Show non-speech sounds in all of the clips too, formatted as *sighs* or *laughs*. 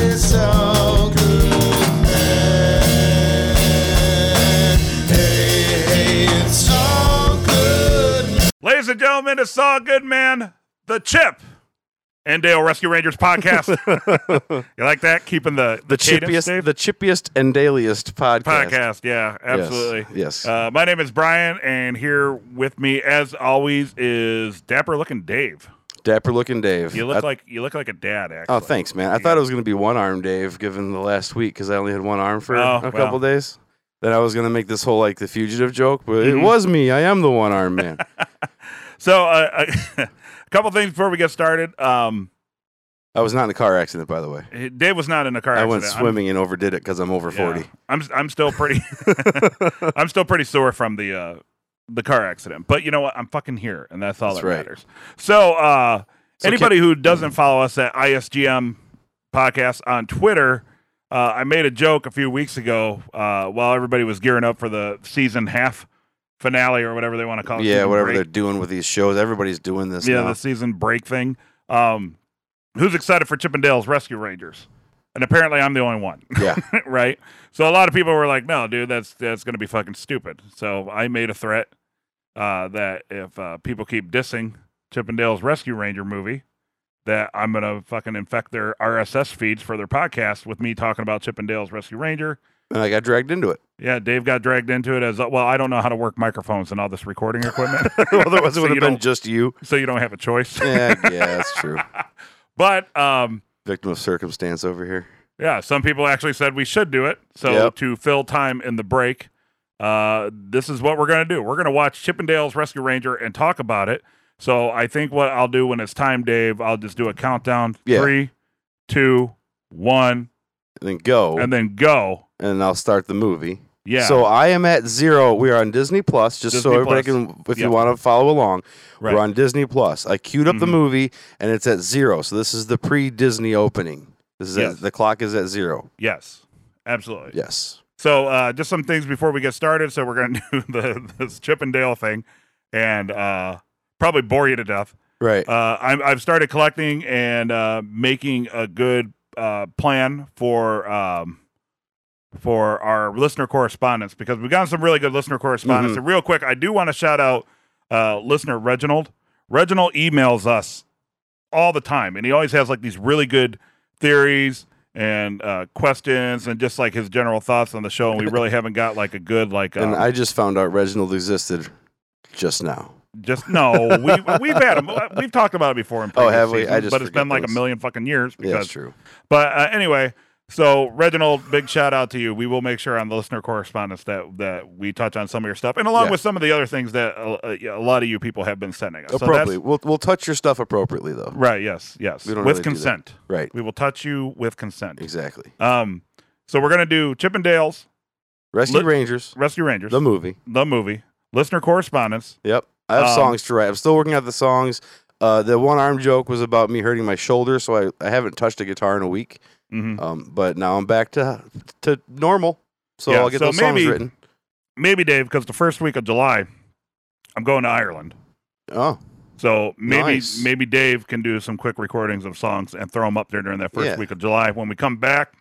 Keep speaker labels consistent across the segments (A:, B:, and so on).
A: so good. man. Hey, hey, it's all good.
B: Ladies and gentlemen, it's Saw Goodman, the Chip, and Dale Rescue Rangers
C: *laughs*
B: podcast. you like that? Keeping the
C: the
B: cadence,
C: chippiest,
B: Dave?
C: the chippiest and dailiest podcast.
B: podcast. Yeah, absolutely.
C: yes.
B: Uh, my name is Brian, and here with me, as always, is dapper looking Dave.
C: Dapper looking Dave.
B: You look
C: I-
B: like you look like a dad. Actually.
C: Uh, oh, thanks, man. I thought it was gonna be one arm Dave, given the last week because I only had one arm for
B: Oh,
C: a
B: well.
C: couple days. Then I was gonna make this whole like the fugitive joke, but
B: Mm-hmm.
C: it was me. I am the one
B: *laughs*
C: arm man.
B: So, uh, *laughs* a couple things before we get started. Um,
C: I was not in a car accident, by the way.
B: Dave was not in a car.
C: I
B: accident.
C: went
B: I'm-
C: swimming and overdid it because I'm over
B: yeah.
C: forty.
B: I'm I'm still pretty. *laughs* I'm still pretty sore from the uh, the car accident, but you know what? I'm fucking here, and that's all
C: That's
B: that
C: right.
B: matters. So, uh,
C: So
B: anybody who doesn't follow us at ISGM podcast on Twitter, uh, I made a joke a few weeks ago uh, while everybody was gearing up for the season half finale or whatever they want to call it.
C: Yeah,
B: season
C: whatever
B: break.
C: they're doing with these shows, everybody's doing this
B: yeah
C: now.
B: the season break thing. Um, who's excited for Chippendales Rescue Rangers? And apparently, I'm the only one. *laughs*
C: yeah,
B: right? So a lot of people were like, "No, dude, that's that's gonna be fucking stupid." So I made a threat uh, that if uh, people keep dissing Chippendale's Rescue Ranger movie, that I'm gonna fucking infect their RSS feeds for their podcast with me talking about Chippendale's Rescue Ranger.
C: and I got dragged
B: *laughs*
C: into it.
B: Yeah, Dave got dragged into it as well. I don't know how to work microphones and all this recording
C: *laughs*
B: equipment,
C: Otherwise,
B: *laughs* So
C: it would
B: you
C: have been
B: don't-
C: just you.
B: so you don't have a choice.
C: Yeah, yeah, that's true.
B: But um,
C: Victim of circumstance over here.
B: Yeah, some people actually said we should do it. So
C: Yep.
B: to fill time in the break, uh, this is what we're going to do. We're going to watch Chippendale's Rescue Ranger and talk about it. So I think what I'll do when it's time, Dave, I'll just do a countdown:
C: Yeah.
B: three, two, one,
C: And then go.
B: and then go.
C: and I'll start the movie.
B: Yeah.
C: Oh. So I am at zero. We are on Disney Plus, just so
B: Disney
C: everybody
B: Plus.
C: can, if
B: Yeah.
C: you want to follow along,
B: Right.
C: we're on Disney Plus. I queued up the
B: Mhm.
C: movie, and it's at zero. So this is the pre-Disney opening. This is
B: Yes.
C: at, the clock is at zero.
B: yes, absolutely.
C: Yes.
B: So uh, just some things before we get started. So we're going to *laughs* do the this Chippendale thing, and uh, probably bore you to death.
C: Right.
B: Uh, I'm, I've started collecting and uh, making a good uh, plan for um, for our listener correspondence because we've gotten some really good listener correspondence.
C: Mhm.
B: And real quick, I do want to shout out uh, listener Reginald. Reginald emails us all the time, and he always has like these really good theories and uh, questions and just like his general thoughts on the show. And we
C: *laughs*
B: really haven't got like a good like. um,
C: and I just found out Reginald existed just now.
B: Just no, we we've *laughs* had them. We've talked about it before in
C: Oh,
B: previous
C: have we? I
B: seasons,
C: just
B: but it's been
C: forget
B: like a
C: those.
B: million fucking years.
C: Yeah,
B: Because,
C: that's true.
B: but uh, anyway, so Reginald, big shout out to you. We will make sure on the listener correspondence that that we touch on some of your stuff, and along
C: Yeah.
B: with some of the other things that uh, uh, a lot of you people have been sending us. So that's-
C: Appropriately, we'll we'll touch your stuff appropriately though.
B: right? Yes, yes,
C: We
B: with
C: don't really do that.
B: consent.
C: Right.
B: We will touch you with consent.
C: Exactly.
B: Um, so we're gonna do Chippendales
C: Rescue
B: Lit-
C: Rangers,
B: Rescue Rangers,
C: the
B: the,
C: movie.
B: movie, listener correspondence.
C: Yep. I have
B: Um,
C: songs to write. I'm still working out the songs. Uh, the one arm joke was about me hurting my shoulder, so I, I haven't touched a guitar in a week.
B: hmm
C: Um, but now I'm back to to normal, so
B: Yeah,
C: I'll get
B: so
C: those
B: maybe-
C: songs written.
B: Maybe Dave, because the first week of July, I'm going to Ireland.
C: Oh,
B: So maybe
C: Nice.
B: maybe Dave can do some quick recordings of songs and throw them up there during that first
C: Yeah.
B: week of July. When we come back,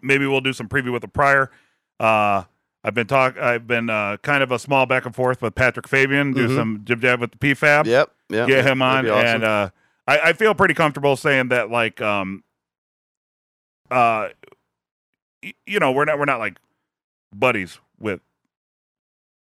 B: maybe we'll do some preview with the prior. Uh, I've been talk. I've been uh, kind of a small back and forth with Patrick Fabian. Do
C: Mhm.
B: some jib jab with the PFAB.
C: yep, yep.
B: Get him on,
C: That'd be awesome.
B: and uh, I, I feel pretty comfortable saying that. Like, um, uh, y- you know, we're not we're not like buddies with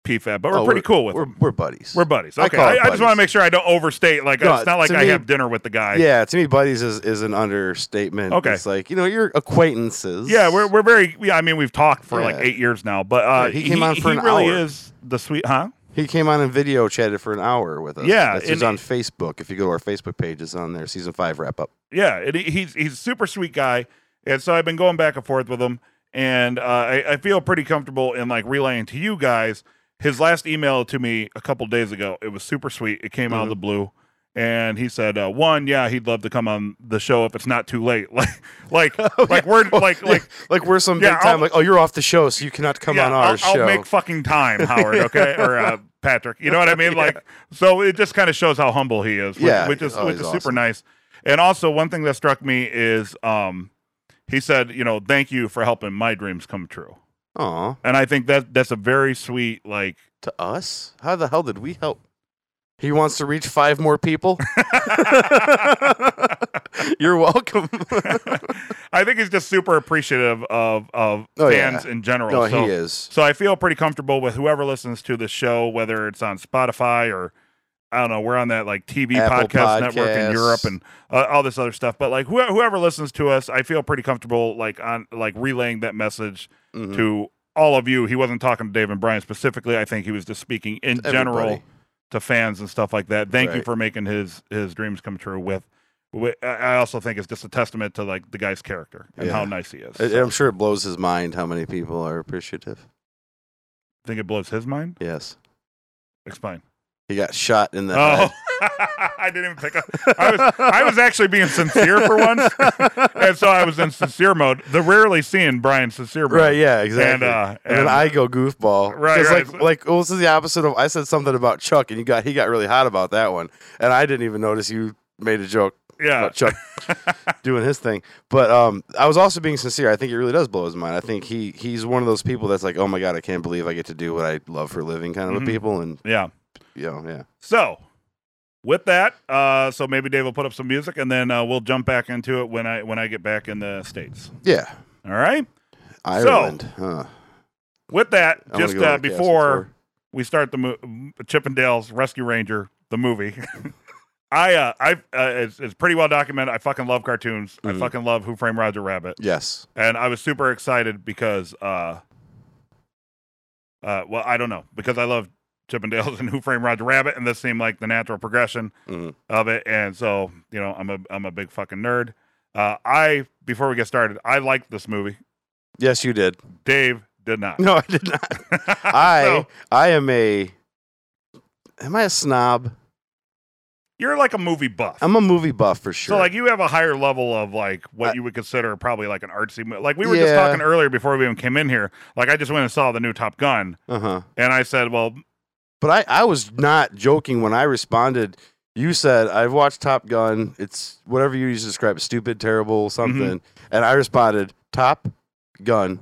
B: PFAB, but we're
C: Oh,
B: pretty cool with
C: we're,
B: him.
C: we're buddies.
B: We're buddies.
C: I
B: Okay.
C: call
B: I,
C: it
B: I just want to
C: buddies.
B: make sure I don't overstate. Like, uh,
C: No,
B: it's not like
C: to
B: I
C: me-
B: have dinner with the guy.
C: yeah, to me, buddies is, is an understatement.
B: Okay.
C: it's like you know, you're acquaintances.
B: Yeah, we're, we're very, yeah, I mean, we've talked for like
C: Yeah.
B: eight years now, but uh,
C: Yeah, he came on for
B: he
C: an
B: really
C: hour.
B: is the sweet, huh?
C: he came on and video chatted for an hour with us.
B: Yeah,
C: it's just
B: and-
C: on Facebook. If you go to our Facebook page, it's on there. Season five wrap up.
B: Yeah. And he- he's, he's a super sweet guy. And so I've been going back and forth with him. And uh, I, I feel pretty comfortable in like relaying to you guys his last email to me a couple days ago. It was super sweet. It came out of
C: Mm-hmm.
B: the blue. And he said, uh, one, yeah, he'd love to come on the show if it's not too late. *laughs* Like, like,
C: *laughs*
B: like we're like, like,
C: Like we're some
B: Yeah,
C: big time.
B: I'll-
C: like oh, you're off the show, so you cannot come on our
B: I'll,
C: show.
B: I'll make fucking time,
C: *laughs*
B: Howard. Okay, or uh, Patrick. You know what I mean? Like, so it just kind of shows how humble he is, which,
C: Yeah,
B: which is
C: oh,
B: which
C: he's
B: is super
C: awesome.
B: nice. And also, one thing that struck me is um, he said, you know, thank you for helping my dreams come true.
C: Aw,
B: And I think that that's a very sweet, like, *laughs*
C: to us? How the hell did we help? He wants to reach five
B: *laughs*
C: more people. *laughs*
B: *laughs*
C: You're welcome.
B: I think he's just super appreciative of of
C: Oh, yeah.
B: fans in general.
C: no,
B: so,
C: he is.
B: so I feel pretty comfortable with whoever listens to the show, whether it's on Spotify or I don't know, we're on that like TV
C: Apple
B: podcast network in
C: Podcasts.
B: Europe and uh, all this other stuff. But like whoe- whoever listens to us, I feel pretty comfortable like on like relaying that message
C: Mhm.
B: to all of you. He wasn't talking to Dave and Brian specifically. I think he was just speaking in
C: To
B: general
C: everybody.
B: to fans and stuff like that. Thank you
C: Right.
B: for making his his dreams come true. With, with I- I also think it's just a testament to like the guy's character and how
C: Yeah.
B: nice he is.
C: I-
B: So, I,
C: I'm sure it blows his mind how many people are appreciative.
B: think it blows his mind.
C: Yes.
B: Explain.
C: He got shot in the
B: Oh,
C: head.
B: *laughs* I didn't even pick up. I was I was actually being sincere for
C: *laughs*
B: once, and so I was in sincere mode. The rarely seen Brian sincere mode.
C: Right, yeah, exactly.
B: uh,
C: And then
B: and-
C: I go goofball.
B: Right,
C: 'Cause,
B: right.
C: Like, like well, this is the opposite of I said something about Chuck, and you got he got really hot about that one, and I didn't even notice you made a joke
B: Yeah.
C: about Chuck doing his thing. But um, I was also being sincere. I think it really does blow his mind. I think he he's one of those people that's like, oh my god, I can't believe I get to do what I love for a living, kind of
B: Mhm.
C: a people, and
B: *laughs* Yeah.
C: you know, yeah.
B: So, with that, uh, so maybe Dave will put up some music, and then uh, we'll jump back into it when I when I get back in the states.
C: Yeah,
B: All right.
C: Ireland. huh.
B: With that,
C: I wanna
B: just
C: go to
B: uh,
C: the castle
B: before
C: tour.
B: we start the mo- Chippendales Rescue Ranger the movie, *laughs* I uh, I uh, it's, it's pretty well documented. I fucking love cartoons. I
C: Mhm.
B: fucking love Who Framed Roger Rabbit,
C: Yes.
B: and I was super excited because uh, uh, well, I don't know because I love Chippendales *laughs* and Who Framed Roger Rabbit, and this seemed like the natural progression.
C: Mhm.
B: of it, and so you know I'm a I'm a big fucking nerd. Uh, I before we get started, I liked this movie.
C: Yes, you did. *laughs*
B: Dave did not. *laughs*
C: No, I did not. I
B: So,
C: I am a am I a snob?
B: you're like a movie buff.
C: I'm a movie buff for sure.
B: So like you have a higher level of like what
C: I-
B: you would consider probably like an artsy movie. Like we were just
C: Yeah.
B: talking earlier before we even came in here. Like I just went and saw the new Top Gun,
C: uh huh.
B: and I said, well,
C: But I I was not joking when I responded. You said I've watched Top Gun. It's whatever you used to describe it, stupid, terrible,
B: Mm-hmm.
C: something. And I responded, Top Gun,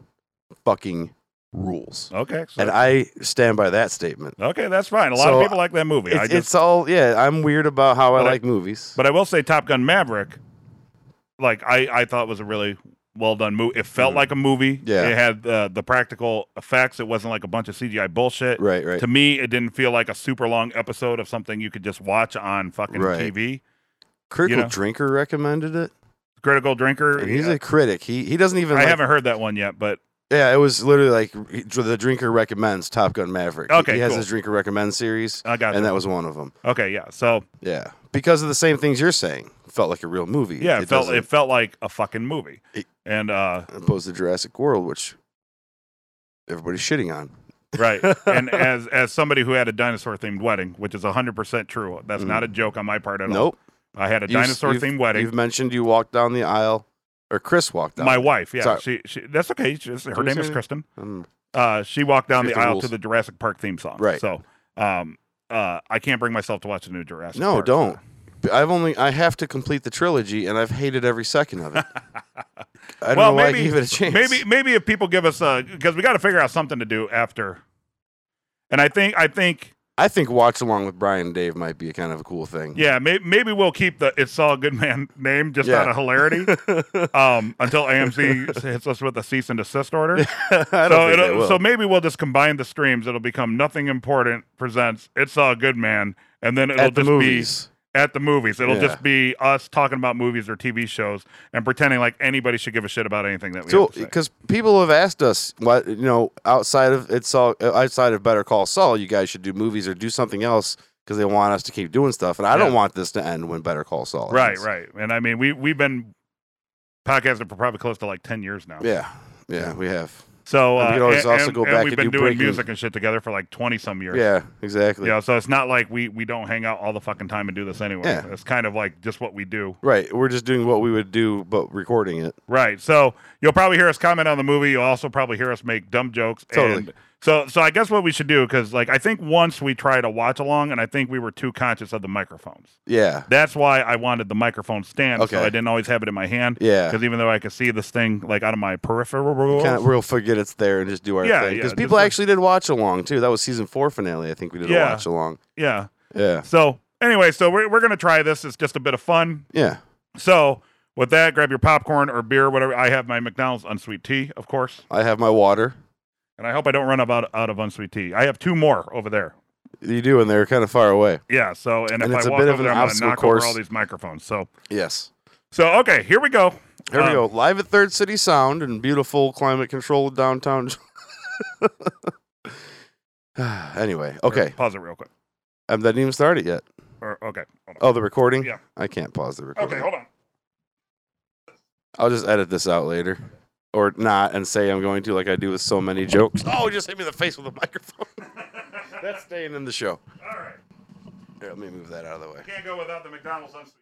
C: fucking rules.
B: okay, so-
C: And I stand by that statement.
B: okay, that's fine. A lot
C: So,
B: of people like that movie. I
C: It's,
B: just,
C: it's all yeah. I'm weird about how I
B: But I-
C: like movies.
B: But I will say Top Gun Maverick, like I, I thought was a really well done movie. It felt
C: Mhm.
B: like a movie.
C: Yeah.
B: It had uh, the practical effects. It wasn't like a bunch of CGI bullshit.
C: right, right.
B: To me, it didn't feel like a super long episode of something you could just watch on fucking
C: Right.
B: TV.
C: Critical
B: know.
C: Drinker recommended it.
B: Critical Drinker.
C: And he's
B: yeah.
C: a critic. He he doesn't even.
B: I
C: like,
B: haven't heard that one yet, but
C: Yeah, it was literally like he- the drinker recommends Top Gun Maverick. He-
B: Okay,
C: he has
B: cool.
C: his drinker recommends series,
B: I got
C: and that was one of them.
B: Okay, yeah. So
C: Yeah, because of the same things you're saying, felt like a real movie.
B: yeah, it, felt
C: doesn't-
B: it felt like a fucking movie.
C: It-
B: and uh
C: opposed to Jurassic World, which everybody's shitting on. *laughs*
B: Right. And as as somebody who had a dinosaur themed wedding, which is hundred percent true. That's
C: Mhm.
B: not a joke on my part at all.
C: Nope,
B: I had a
C: You've-
B: dinosaur
C: you've-
B: themed wedding.
C: You've mentioned you walked down the aisle, or Chris walked down.
B: My wife, yeah,
C: Sorry.
B: she, she that's okay. She, just- her
C: we
B: name
C: say
B: is
C: that?
B: Kristen.
C: Um,
B: Uh, she walked down
C: Here's
B: the
C: the
B: aisle
C: rules.
B: to the Jurassic Park theme song.
C: Right.
B: So, um, uh, I can't bring myself to watch the new Jurassic.
C: no,
B: Park.
C: don't. I've only I have to complete the trilogy, and I've hated every second
B: *laughs*
C: of it. I don't
B: Well,
C: know why
B: maybe-
C: I gave it a *laughs* chance.
B: uh, Maybe maybe if people give us a because we got to figure out something to do after. And I think I think
C: I think watch along with Brian and Dave might be a kind of a cool thing.
B: yeah may, maybe we'll keep the it's all good man name just
C: Yeah.
B: out of
C: *laughs*
B: hilarity um, until AMC hits us with a cease and desist order.
C: *laughs* I
B: So,
C: don't think they
B: it'll,
C: will.
B: so maybe we'll just combine the streams. It'll become nothing important presents. It's all good, man, and then it'll
C: at the
B: just
C: movies.
B: be at the movies. It'll
C: Yeah.
B: just be us talking about movies or TV shows and pretending like anybody should give a shit about anything that we.
C: So,
B: have to say.
C: because people have asked us, what you know, outside of it's all uh, outside of Better Call Saul, you guys should do movies or do something else because they want us to keep doing stuff, and I
B: Yeah.
C: don't want this to end when Better Call Saul.
B: Right,
C: ends.
B: right, and I mean we we've been podcasting for probably close to like ten years now.
C: Yeah, yeah, we have.
B: So uh,
C: And we could always
B: and,
C: also
B: and-
C: go
B: and
C: back
B: we've
C: and
B: been
C: do
B: doing
C: breaking-
B: music and shit together for like twenty some years.
C: Yeah, exactly.
B: Yeah, so it's not like we we don't hang out all the fucking time and do this anyway.
C: Yeah.
B: It's kind of like just what we do.
C: Right, we're just doing what we would do, but recording it.
B: Right. So you'll probably hear us comment on the movie. You'll also probably hear us make dumb jokes
C: Totally.
B: and So so I guess what we should do because like I think once we tried a watch along and I think we were too conscious of the microphones.
C: Yeah.
B: That's why I wanted the microphone stand
C: Okay.
B: so I didn't always have it in my hand.
C: Yeah.
B: Because even though I could see this thing like out of my peripheral,
C: Kind of, we'll forget it's there and just do our
B: Yeah,
C: thing.
B: yeah,
C: Because
B: just
C: people
B: like-
C: actually did watch along too. That was season four finale. I think we did
B: Yeah.
C: a watch along.
B: yeah.
C: Yeah.
B: So anyway, so we're we're gonna try this. It's just a bit of fun.
C: Yeah.
B: So with that, grab your popcorn or beer, whatever. I have my McDonald's unsweet tea, of course,
C: I have my water.
B: and I hope I don't run out out of unsweet tea. I have two more over there.
C: You do, and they're kind of far away.
B: Yeah. So and,
C: And
B: if
C: it's
B: I
C: a
B: walk
C: bit of
B: over
C: an
B: there, I'm gonna
C: obstacle
B: knock
C: course.
B: over all these microphones. So
C: Yes.
B: so okay, here we go.
C: Here we
B: Um,
C: go. Live at Third City Sound in beautiful climate controlled downtown. *sighs* anyway, okay.
B: Pause it real quick.
C: I didn't even start it yet.
B: Or okay. Hold on.
C: Oh, the recording?
B: Yeah.
C: I can't pause the recording.
B: Okay, hold on.
C: I'll just edit this out later. Or not and say I'm going to like I do with so many jokes. *laughs* Oh, just hit me in the face with a microphone. *laughs* That's staying in the show.
B: All right.
C: Here, let me move that out of the way.
B: Can't go without the McDonald's unsweet.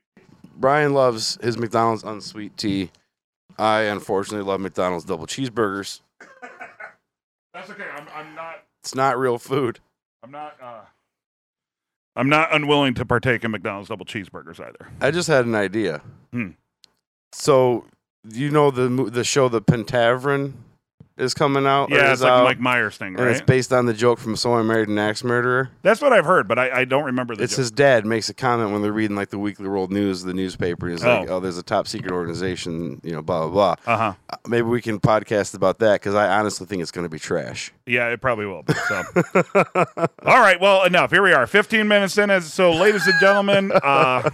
C: Brian loves his McDonald's unsweet tea. I unfortunately love McDonald's double cheeseburgers.
B: That's okay. I'm, I'm not.
C: It's not real food.
B: I'm not. Uh, I'm not unwilling to partake in McDonald's double cheeseburgers either.
C: I just had an idea.
B: Hmm.
C: So you know the mo- the show The Pentavern is coming out. or
B: yeah,
C: Oh, is
B: it's like
C: out,
B: Mike Myers thing,
C: and it's
B: right?
C: based on the joke from Someone Married an Axe Murderer.
B: That's what I've heard, but I, I don't remember the.
C: It's
B: joke.
C: his dad makes a comment when they're reading like the Weekly World News, the newspaper. He's like,
B: Oh.
C: "Oh, there's a top secret organization, you know, blah blah blah."
B: Uh huh.
C: Uh, Maybe we can podcast about that because I honestly think it's going to
B: *laughs*
C: be trash.
B: Yeah, it probably will. be, So. *laughs* All right. Well, enough. Here we are. 15 minutes in. As, so, ladies and gentlemen,
C: *laughs*
B: uh,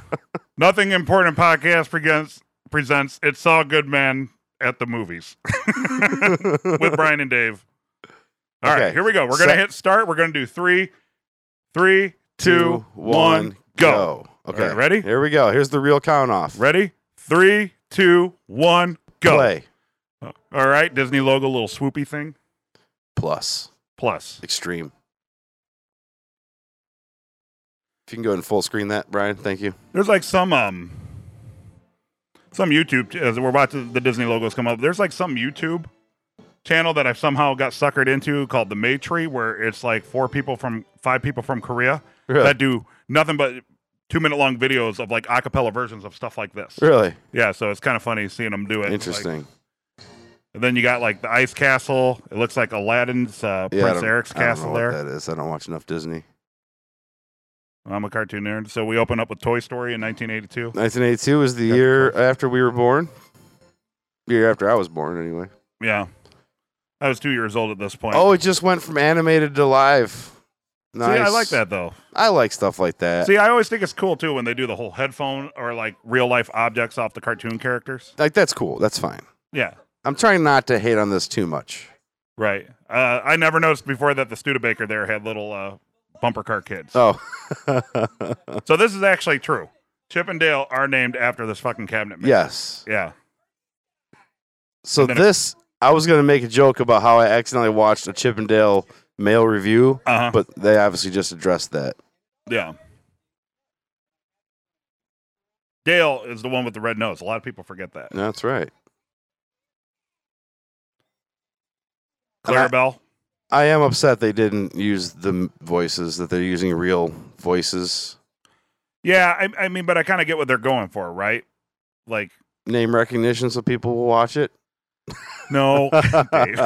B: nothing important podcast presents presents. It's all good, man. At the
C: *laughs*
B: movies with Brian and Dave. All right,
C: Okay.
B: here we go. We're gonna
C: So-
B: hit start. We're gonna do three, three, two, one, go.
C: Okay,
B: All right, ready?
C: Here we go. Here's the real count off.
B: Ready? Three, two, one, go.
C: Play
B: All right, Disney logo, little swoopy thing.
C: plus.
B: Plus,
C: extreme. If you can go and full screen that, Brian, thank you.
B: There's like some um some YouTube as we're watching the Disney logos come up. There's like some YouTube channel that I've somehow got suckered into called the Maytree, where it's like four people from five people from Korea
C: Really?
B: that do nothing but two minute long videos of like acapella versions of stuff like this.
C: Really
B: Yeah, so it's kind of funny seeing them do it. Like,
C: interesting.
B: and then you got like the Ice Castle. It looks like Aladdin's uh,
C: Yeah, I
B: Prince
C: don't-
B: Eric's
C: I don't know
B: castle
C: what
B: there.
C: that is. I don't watch enough Disney.
B: I'm a cartoon nerd, so we open up with Toy Story in 1982.
C: 1982 was the year after we were born. The year after I was born, anyway.
B: Yeah, I was two years old at this point.
C: Oh, it just went from animated to live. Nice.
B: See, I like that though.
C: I like stuff like that.
B: See, I always think it's cool too when they do the whole headphone or like real life objects off the cartoon characters.
C: like that's cool. That's fine.
B: Yeah,
C: I'm trying not to hate on this too much.
B: right. Uh, I never noticed before that the Studebaker there had little uh, bumper car kids.
C: Oh, *laughs*
B: So this is actually true. Chip and Dale are named after this fucking cabinet. maker.
C: yes.
B: Yeah.
C: So
B: then it-
C: this, I was gonna make a joke about how I accidentally watched a Chippendale Mail review,
B: Uh huh.
C: but they obviously just addressed that.
B: Yeah. Dale is the one with the red nose. A lot of people forget that.
C: That's right. And I-
B: Clarabelle.
C: I am upset they didn't use the m- voices that they're using real voices.
B: Yeah, I, I mean, but I kind of get what they're going for, right? Like,
C: Name recognition, so people will watch it. *laughs*
B: No. Dave.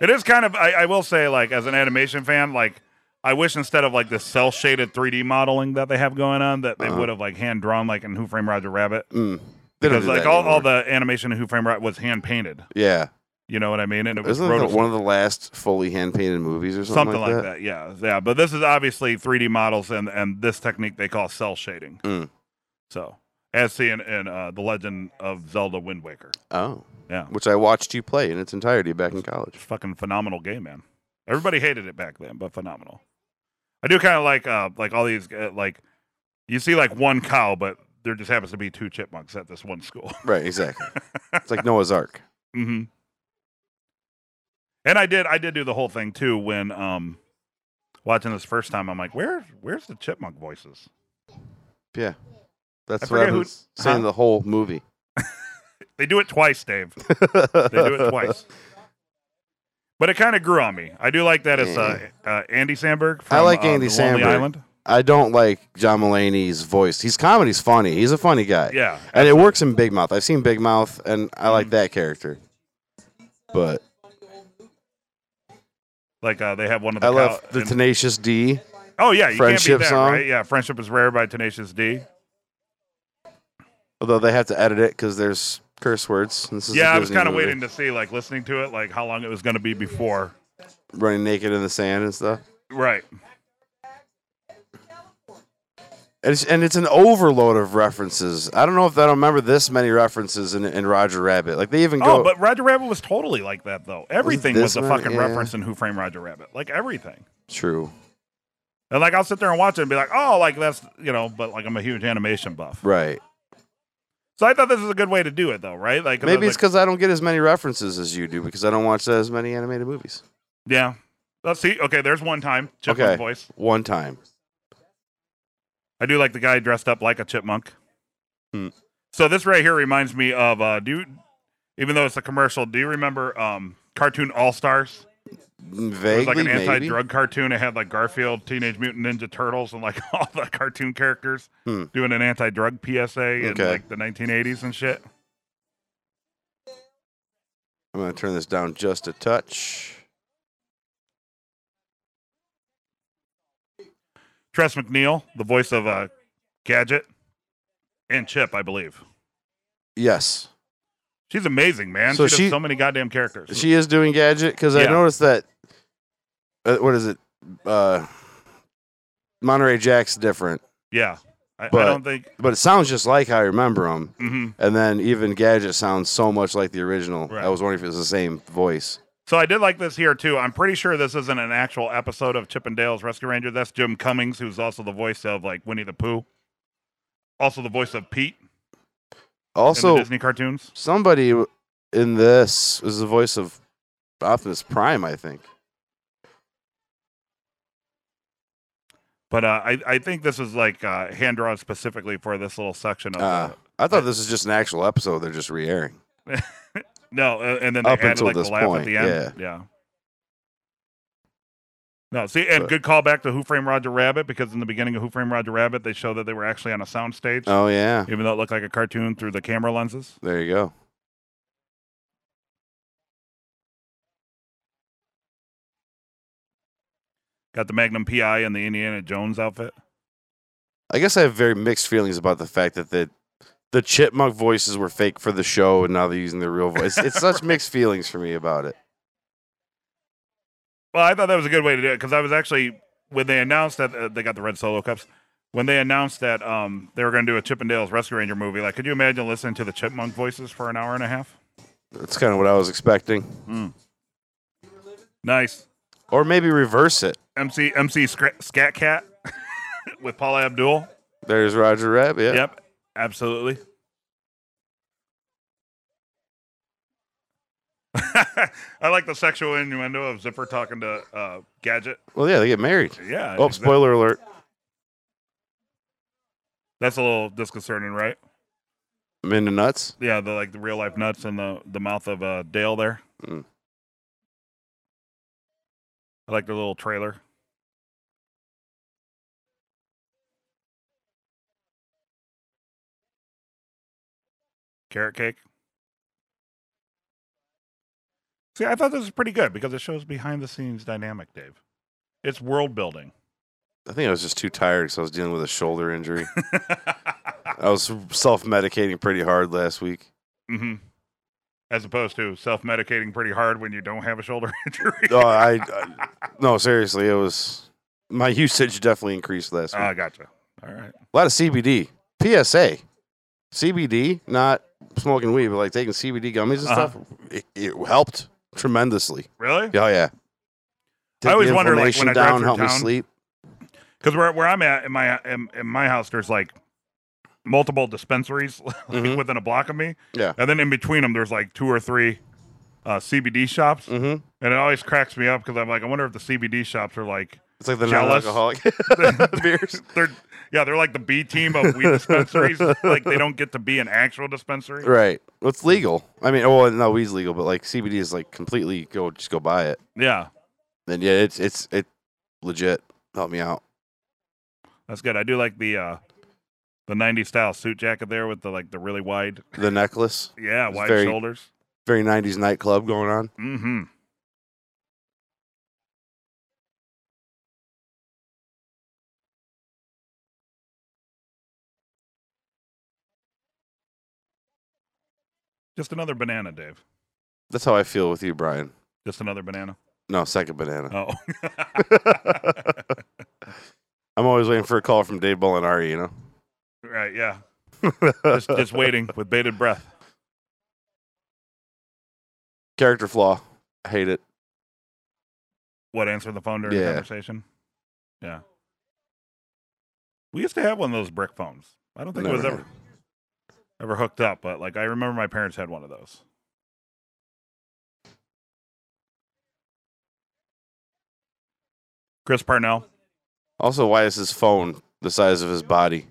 B: it is kind of I, I will say, like, as an animation fan, like I wish instead of like the cell shaded 3D modeling that they have going on, that they
C: Uh-huh.
B: would have like hand drawn like in Who Framed Roger Rabbit.
C: Mm. They don't
B: Because
C: do
B: like
C: that
B: all, all
C: anymore.
B: the animation in Who Framed Roger was hand painted.
C: yeah,
B: You know what I mean? And it was
C: isn't that
B: rotos-
C: one of the last fully hand painted movies or something,
B: something like, that. Yeah, yeah. But this is obviously 3D models and and this technique they call cell shading.
C: Mm.
B: So as seen in uh, the Legend of Zelda: Wind Waker.
C: Oh,
B: Yeah.
C: which I watched you play in its entirety back in college.
B: fucking phenomenal game, man. Everybody hated it back then, but phenomenal. I do kind of like uh like all these uh, like you see like one cow, but there just happens to be two chipmunks at this one school. *laughs*
C: Right, exactly. it's like Noah's Ark.
B: mm-hmm. And I did I did do the whole thing too when um watching this first time. I'm like, where where's the chipmunk voices?
C: Yeah, that's
B: I
C: what I've
B: forget
C: been
B: who-
C: s- saying
B: huh?
C: the whole movie.
B: They do it twice, Dave. they do
C: *laughs*
B: it twice. But it kind of grew on me. I do like that it's uh, uh, Andy Sandberg. From,
C: I like
B: uh,
C: Andy
B: the Lonely
C: Samberg.
B: Island.
C: I don't like John Mulaney's voice. He's comedy's funny. He's a funny guy.
B: Yeah, Mm.
C: and it works in Big Mouth. I've seen Big Mouth, and I like that character. But
B: like uh, they have one of the.
C: I
B: cow-
C: love the
B: and-
C: Tenacious D.
B: oh yeah, you can't
C: Friendship
B: beat that,
C: song.
B: right? Yeah, "Friendship Is Rare" by Tenacious D.
C: Although they have to edit it because there's curse words. This is
B: Yeah, I was kind of waiting to see, like, listening to it, like how long it was going to be before.
C: running naked in the sand and stuff.
B: Right.
C: And it's, and it's an overload of references. I don't know if I don't remember this many references in, in Roger Rabbit. Like they even go.
B: Oh, but Roger Rabbit was totally like that, though. Everything
C: this
B: was a
C: one?
B: fucking
C: Yeah.
B: reference in Who Framed Roger Rabbit. Like everything.
C: True.
B: And like I'll sit there and watch it and be like, oh, like that's you know, but like I'm a huge animation buff.
C: Right.
B: So I thought this was a good way to do it, though, right? Like 'cause I
C: Maybe
B: was
C: it's because I don't get as many references as you do because I don't watch as many animated movies.
B: like, yeah. Let's see. Okay, there's one time chipmunk
C: Okay.
B: voice.
C: One time.
B: I do like the guy dressed up like a chipmunk.
C: Hmm.
B: So this right here reminds me of uh, do you, even though it's a commercial, do you remember um, cartoon All Stars? It
C: Mm, Vaguely,
B: was like an
C: maybe.
B: anti-drug cartoon. It had like Garfield, Teenage Mutant Ninja Turtles, and like *laughs* all the cartoon characters
C: Hmm.
B: doing an anti-drug PSA in
C: Okay.
B: like the 1980s and shit.
C: I'm gonna turn this down just a touch.
B: Tress McNeil, the voice of uh, Gadget and Chip, I believe.
C: Yes,
B: She's amazing, man.
C: So
B: she,
C: she-
B: does so many goddamn characters.
C: she is doing gadget because I
B: Yeah.
C: noticed that. Uh, what is it? Uh, Monterey Jack's different,
B: yeah, I, I
C: But-
B: don't think.
C: but it sounds just like how I remember him.
B: mhm.
C: And then even gadget sounds so much like the original.
B: Right.
C: I was wondering if it was the same voice.
B: So I did like this here too. I'm pretty sure this isn't an actual episode of Chip and Dale's Rescue Ranger. That's Jim Cummings, who's also the voice of like Winnie the Pooh, also the voice of Pete in
C: Also,
B: the Disney cartoons.
C: somebody w- in this was the voice of Optimus Prime, I think.
B: But uh, I, I think this is like uh, hand drawn specifically for this little section of.
C: Uh, I thought this was just an actual episode. They're just re-airing.
B: no, uh, and then they
C: up
B: added
C: until
B: like
C: this
B: the laugh
C: point,
B: at the end. Yeah. No, see, and
C: But-
B: good callback to Who Framed Roger Rabbit because in the beginning of Who Framed Roger Rabbit, they show that they were actually on a soundstage,
C: Oh yeah,
B: even though it looked like a cartoon through the camera lenses.
C: there you go.
B: Got the Magnum PI and the Indiana Jones outfit.
C: I guess I have very mixed feelings about the fact that the the chipmunk voices were fake for the show, and now they're using their real voice. It's *laughs* such mixed feelings for me about it.
B: Well, I thought that was a good way to do it because I was actually when they announced that uh, they got the red solo cups. When they announced that um, they were going to do a Chippendales Rescue Ranger movie, like, could you imagine listening to the Chipmunk voices for an hour and a half?
C: That's kind of what I was expecting,
B: Nice.
C: or maybe reverse it.
B: MC MC Scra- Scat Cat *laughs* with Paula Abdul.
C: There's Roger Rabbit. Yeah.
B: Yep, absolutely. *laughs* I like the sexual innuendo of Zipper talking to uh, Gadget.
C: Well, yeah, they get *laughs* married.
B: Yeah.
C: Oh,
B: exactly.
C: spoiler alert.
B: That's a little disconcerting, right?
C: I'm into nuts.
B: Yeah, the like the real life nuts in the the mouth of uh, Dale there.
C: Mm.
B: I like the little trailer. Carrot cake. See, I thought this was pretty good because it shows behind the scenes dynamic, Dave. It's world building.
C: I think I was just too tired because I was dealing with a shoulder injury. I was self medicating pretty hard last week.
B: hmm As opposed to self medicating pretty hard when you don't have a shoulder *laughs* injury.
C: Oh, I, I no, seriously, it was my usage definitely increased last week.
B: Ah, gotcha. All right.
C: A lot of CBD. PSA. CBD, not smoking weed, but like taking CBD gummies and
B: Uh-huh.
C: stuff, it, it helped tremendously.
B: Really?
C: Oh, yeah. Take
B: always
C: the
B: wonder, like, when
C: inflammation
B: I drive
C: down,
B: through
C: help me
B: town-
C: sleep.
B: Because where where I'm at in my in, in my house, there's like multiple dispensaries *laughs* like,
C: Mhm.
B: within a block of me.
C: Yeah.
B: And then in between them, there's like two or three uh, CBD shops,
C: Mm-hmm.
B: and it always cracks me up
C: *laughs*
B: because I'm like, *laughs* I wonder if the CBD shops are like
C: It's like the
B: Jealous? *laughs*
C: non-alcoholic *laughs* beers.
B: they're Yeah, they're like the B team of weed
C: *laughs*
B: dispensaries. like they don't get to be an actual dispensary.
C: Right. Well, it's legal. I mean, oh well, no, weed's legal, but like CBD is like completely go just go buy it.
B: Yeah,
C: And yeah, it's it's it legit. Help me out.
B: that's good. I do like the uh the '90s style suit jacket there with the like the really wide, *laughs*
C: The necklace,
B: yeah,
C: It's
B: wide
C: very-
B: shoulders.
C: very '90s nightclub going on.
B: Mm-hmm. Just another banana, Dave.
C: That's how I feel with you, Brian.
B: Just another banana.
C: No, second banana.
B: Oh. *laughs*
C: I'm always waiting for a call from Dave Molinari, you know.
B: right, yeah. Just, just waiting with bated breath.
C: Character flaw. I hate it.
B: What, answer the phone during the
C: Yeah.
B: conversation? Yeah. We used to have one of those brick phones. I don't think it was
C: Never
B: ever ever hooked up, but like I remember my parents had one of those. Chris Parnell.
C: Also, why is his phone the size of his body?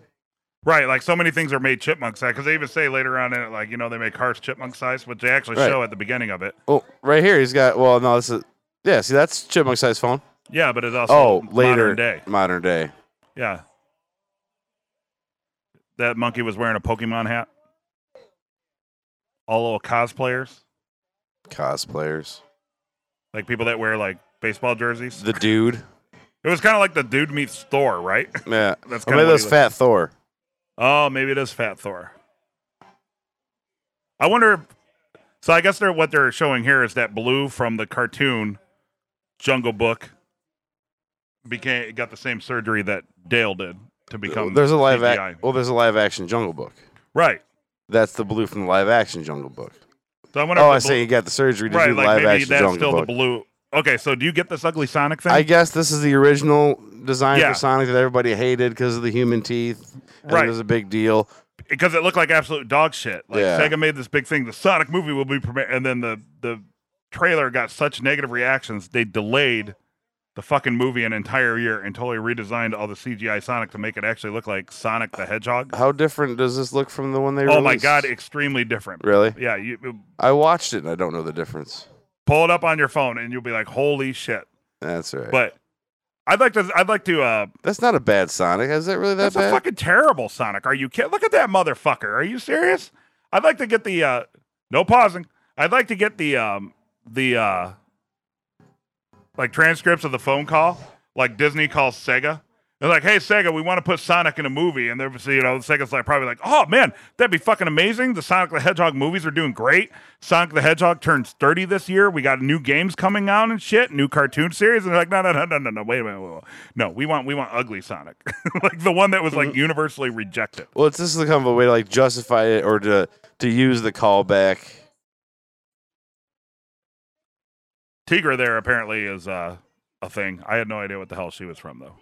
B: Right, like so many things are made chipmunk size because they even say later on in it, like you know, they make cars chipmunk size, which they actually
C: Right.
B: show at the beginning of it.
C: Oh, right here he's got. Well, no, this is. Yeah, see, that's chipmunk size phone.
B: Yeah, but it's also
C: Oh, later
B: modern day.
C: Modern day.
B: Yeah, that monkey was wearing a Pokemon hat. All little cosplayers,
C: cosplayers.
B: like people that wear like baseball jerseys.
C: The dude.
B: It was kind of like the dude meets Thor, right? *laughs*
C: Yeah.
B: That's
C: Or
B: kinda
C: maybe
B: what
C: that's
B: he
C: Fat Thor.
B: Oh, maybe it is Fat Thor. I wonder. If, so I guess they're what they're showing here is that blue from the cartoon Jungle Book became got the same surgery that Dale did to become.
C: There's a live
B: CGI.
C: ac- well, there's a live action Jungle Book.
B: right.
C: That's the blue from the live action Jungle Book.
B: So I wonder.
C: Oh,
B: if
C: I
B: the
C: say you got the surgery
B: blue-
C: to
B: Right,
C: do
B: like
C: live
B: maybe
C: action
B: that's still
C: Jungle
B: the
C: Book.
B: blue. Okay, so do you get this ugly Sonic thing?
C: I guess this is the original design
B: Yeah.
C: for Sonic that everybody hated because of the human teeth. And
B: Right.
C: It was a big deal.
B: because it looked like absolute dog shit. Like
C: Yeah.
B: Sega made this big thing, the Sonic movie will be premiered, and then the the trailer got such negative reactions they delayed the fucking movie an entire year and totally redesigned all the CGI Sonic to make it actually look like Sonic the Hedgehog.
C: How different does this look from the one they
B: Oh
C: released?
B: my god, extremely different.
C: Really?
B: Yeah, you
C: I watched it and I don't know the difference.
B: pull it up on your phone and you'll be like, holy shit.
C: That's all right.
B: But I'd like to. I'd like to. uh
C: that's not a bad Sonic. Is that really that
B: That's a
C: bad?
B: fucking terrible Sonic. Are you kidding? Look at that motherfucker. Are you serious? I'd like to get the uh no pausing. I'd like to get the um the uh like transcripts of the phone call. Like Disney calls Sega. They're like, hey Sega, we want to put Sonic in a movie. And they're you know, Sega's like probably like, oh man, that'd be fucking amazing. The Sonic the Hedgehog movies are doing great. Sonic the Hedgehog turns 30 this year. We got new games coming out and shit, new cartoon series. And they're like, no, no, no, no, no, no, wait a minute. Wait, wait, wait. No, we want we want ugly Sonic. *laughs* like the one that was like universally rejected.
C: Well, it's this is kind of a way to like justify it or to to use the callback.
B: Tigra there apparently is uh, a thing. I had no idea what the hell she was from though.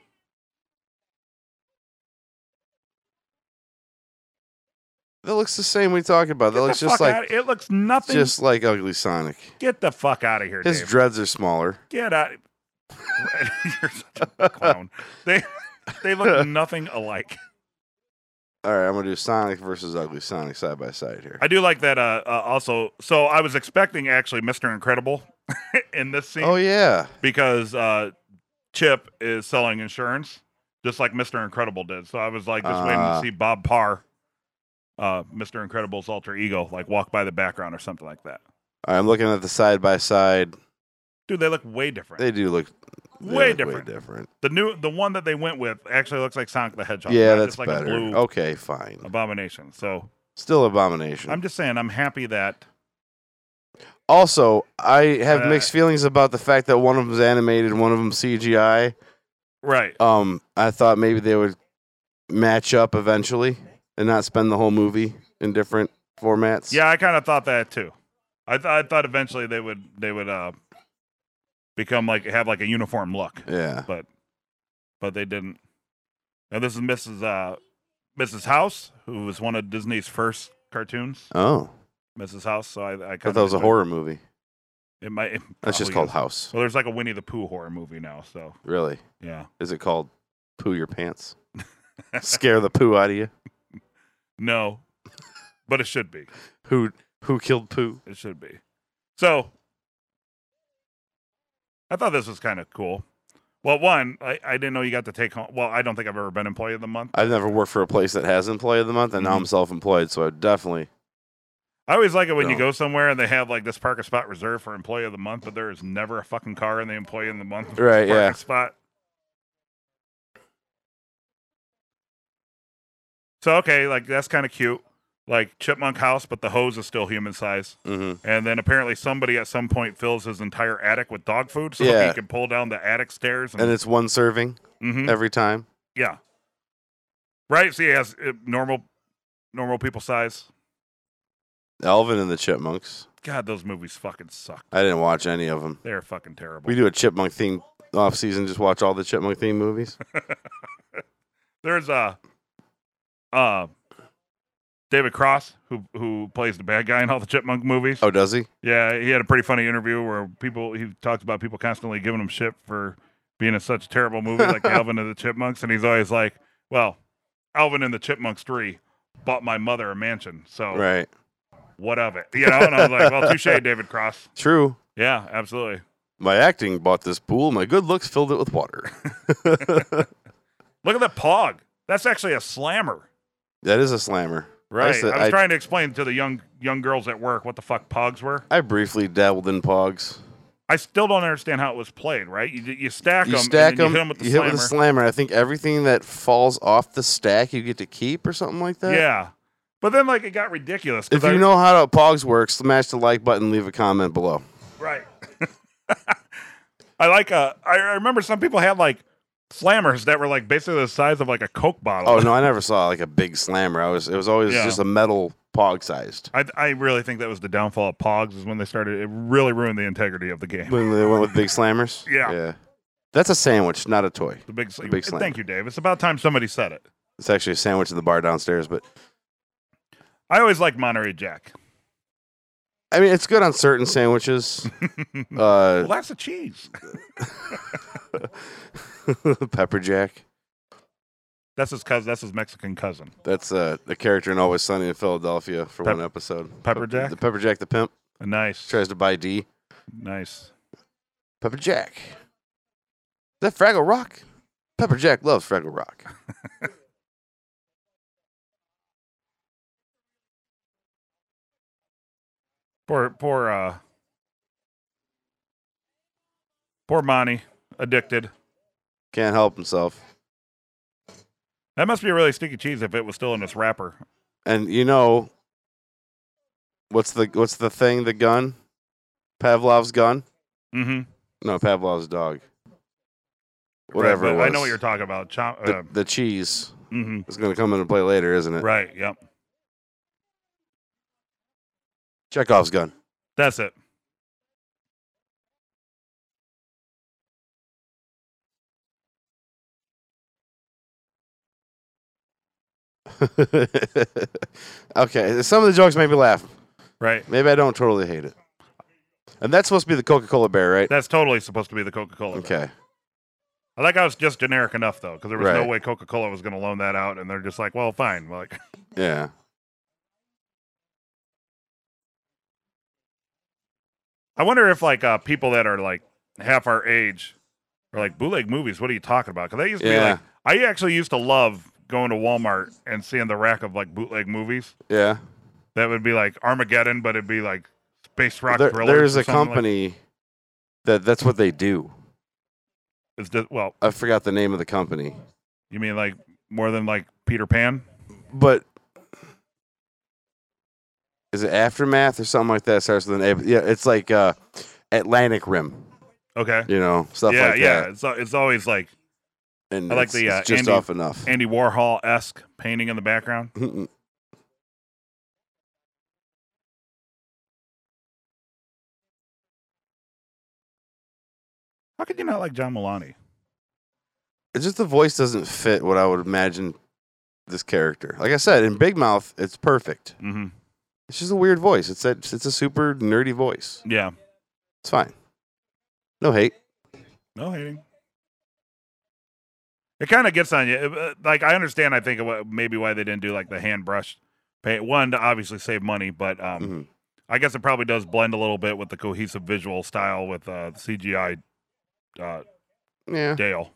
C: That looks the same we talked about. That
B: Get
C: looks
B: the
C: just
B: fuck
C: like
B: outta- it looks nothing.
C: just like Ugly Sonic.
B: Get the fuck out of here,
C: His
B: Dave.
C: dreads are smaller.
B: Get out. *laughs* You're such a clown. They *laughs* they
C: *laughs*
B: look nothing alike.
C: All right, I'm gonna do Sonic versus Ugly Sonic side by side here.
B: I do like that. Uh, uh also, so I was expecting actually Mister Incredible *laughs* in this scene
C: Oh yeah,
B: because uh, Chip is selling insurance just like Mister Incredible did. So I was like just waiting to
C: Ah.
B: see Bob Parr, uh, Mister Incredible's alter ego, like walk by the background or something like that.
C: All right, I'm looking at the side by side.
B: Dude, they look way different.
C: They do look they
B: Way
C: look
B: different.
C: Way different.
B: the new, the one that they went with actually looks like Sonic the Hedgehog.
C: yeah,
B: not
C: that's
B: just like
C: better. Oh.
B: a blue
C: Okay, fine.
B: abomination. So
C: Still abomination.
B: I'm just saying, I'm happy that
C: also, I have
B: Uh,
C: mixed feelings about the fact that one of them's animated, and one of them CGI.
B: right.
C: Um, I thought maybe they would match up eventually and not spend the whole movie in different formats.
B: Yeah, I kind of thought that too. I th- I thought eventually they would they would uh become like have like a uniform look,
C: Yeah.
B: but but they didn't. Now this is Mrs. Uh, Mrs. House, who was one of Disney's first cartoons,
C: Oh,
B: Mrs. House. So I, I kind
C: I thought that was a horror movie.
B: It might. It
C: That's just
B: probably
C: called
B: is.
C: House.
B: Well, there's like a Winnie the Pooh horror movie now, so
C: Really?
B: yeah. *laughs*
C: Is it called Poo Your Pants? scare the poo out of you.
B: No, but it should be.
C: Who who killed poo?
B: It should be. So I thought this was kind of cool. Well, one, I, I didn't know you got to take home. Well, I don't think I've ever been employee of the month.
C: I've never worked for a place that has employee of the month,
B: Mm-hmm.
C: and now I'm self-employed, so I definitely
B: I always like it when you
C: No.
B: go somewhere and they have like this parking spot reserved for employee of the month, but there is never a fucking car in the employee of the month *laughs*
C: Right,
B: parking
C: yeah.
B: spot. So okay, like that's kind of cute, like chipmunk house, but the hose is still human size.
C: mhm.
B: And then apparently somebody at some point fills his entire attic with dog food, so
C: Yeah.
B: he can pull down the attic stairs.
C: and it's one serving
B: Mhm.
C: every time.
B: Yeah. Right. So he has uh, normal, normal people size.
C: Alvin and the Chipmunks.
B: God, those movies fucking suck.
C: I didn't watch any of them.
B: They're fucking terrible.
C: We do a Chipmunk theme off season. Just watch all the Chipmunk
B: *laughs*
C: theme movies.
B: There's a, uh, David Cross who who plays the bad guy in all the Chipmunk movies.
C: Oh, does he?
B: Yeah, he had a pretty funny interview where people he talks about people constantly giving him shit for being in such terrible movies
C: *laughs*
B: like Alvin and the Chipmunks, and he's always like, "Well, Alvin and the Chipmunks three bought my mother a mansion, so
C: Right.
B: what of it?" You know, and I was like, "Well, touche,
C: *laughs*
B: David Cross."
C: True.
B: Yeah, absolutely.
C: My acting bought this pool. My good looks filled it with water. *laughs*
B: Look at the pog. That's actually a slammer.
C: that is a slammer. I,
B: Right. I,
C: said-
B: was
C: I-
B: trying to explain to the young young girls at work what the fuck pogs were.
C: I briefly dabbled in pogs.
B: I still don't understand how it was played. Right? You you stack
C: You
B: them,
C: stack
B: and then you
C: them.
B: hit them with the
C: you
B: slammer.
C: hit with a slammer. I think everything that falls off the stack you get to keep or something like that.
B: yeah, but then like it got ridiculous. 'cause
C: If you
B: I-
C: know how to pogs work, smash the like button. Leave a comment below.
B: Right. *laughs* I like uh I I remember some people had like slammers that were like basically the size of like a Coke bottle.
C: Oh no, I never saw like a big slammer. I was it was always
B: Yeah.
C: just a metal pog sized.
B: I I really think that was the downfall of Pogs is when they started it really ruined the integrity of the game.
C: When they went with big slammers.
B: *laughs* Yeah.
C: Yeah. That's a sandwich, not a toy.
B: The big, sl-
C: big slammer.
B: Thank you, Dave. It's about time somebody said it.
C: It's actually a sandwich at the bar downstairs, but
B: I always like Monterey
C: Uh,
B: Jack.
C: I mean it's good on
B: *laughs*
C: certain sandwiches. uh *laughs*
B: Well, that's a cheese. *laughs*
C: pepper jack.
B: That's his cousin. That's his Mexican cousin.
C: That's uh, a character in Always Sunny in Philadelphia for
B: Pep-
C: one episode.
B: Pepper
C: Pep-
B: Jack?
C: The Pepper Jack the pimp
B: Nice,
C: tries to buy D.
B: nice.
C: Pepper Jack. Is that Fraggle Rock? Pepper Jack loves Fraggle Rock.
B: Poor, poor, uh, poor Monty, addicted.
C: Can't help himself.
B: That must be a really sticky cheese if it was still in this wrapper.
C: And you know what's the what's the thing, the gun? Pavlov's gun?
B: Mm-hmm.
C: No, Pavlov's dog. Whatever
B: Right,
C: it
B: but
C: was.
B: I know what you're talking about. Chom-
C: the,
B: uh,
C: the cheese
B: hmm
C: is going to come into play later, isn't it?
B: Right. Yep.
C: Chekhov's gun. *laughs*
B: That's it.
C: okay, some of the jokes make me laugh.
B: Right.
C: Maybe I don't totally hate it. And that's supposed to be the Coca Cola bear, right?
B: That's totally supposed to be the Coca Cola.
C: Okay.
B: I like how it's just generic enough though, because there was no
C: Right.
B: way Coca Cola was going to loan that out, and they're just like, "Well, fine." Like,
C: Yeah.
B: I wonder if like uh, people that are like half our age are like bootleg movies. What are you talking about? Because I used to
C: Yeah.
B: be like, I actually used to love going to Walmart and seeing the rack of like bootleg movies.
C: Yeah.
B: That would be like Armageddon, but it'd be like space rock
C: There-
B: thrillers.
C: there's
B: or
C: a
B: something like-
C: company that that's what they do.
B: it's just, well,
C: I forgot the name of the company,
B: you mean like more than like Peter Pan?
C: but is it Aftermath or something like that? Starts with an A. Yeah, it's like uh, Atlantic Rim,
B: Okay.
C: you know, stuff
B: yeah,
C: like
B: yeah.
C: that.
B: It's al- it's always like
C: And
B: I like
C: it's,
B: the,
C: it's
B: uh,
C: just
B: Andy-
C: off enough.
B: Andy Warhol esque painting in the background.
C: Mm-mm.
B: How could you not like John Mulaney?
C: it's just the voice doesn't fit what I would imagine this character. Like I said, in Big Mouth, it's perfect.
B: hmm
C: It's just a weird voice. It's that it's a super nerdy voice.
B: Yeah.
C: It's fine. No hate.
B: No hating. it kind of gets on you. It, uh, Like I understand, I think of what- maybe why they didn't do like the hand brushed paint. One to obviously save money, but um,
C: Mhm.
B: I guess it probably does blend a little bit with the cohesive visual style with uh, CGI uh,
C: Yeah.
B: Dale.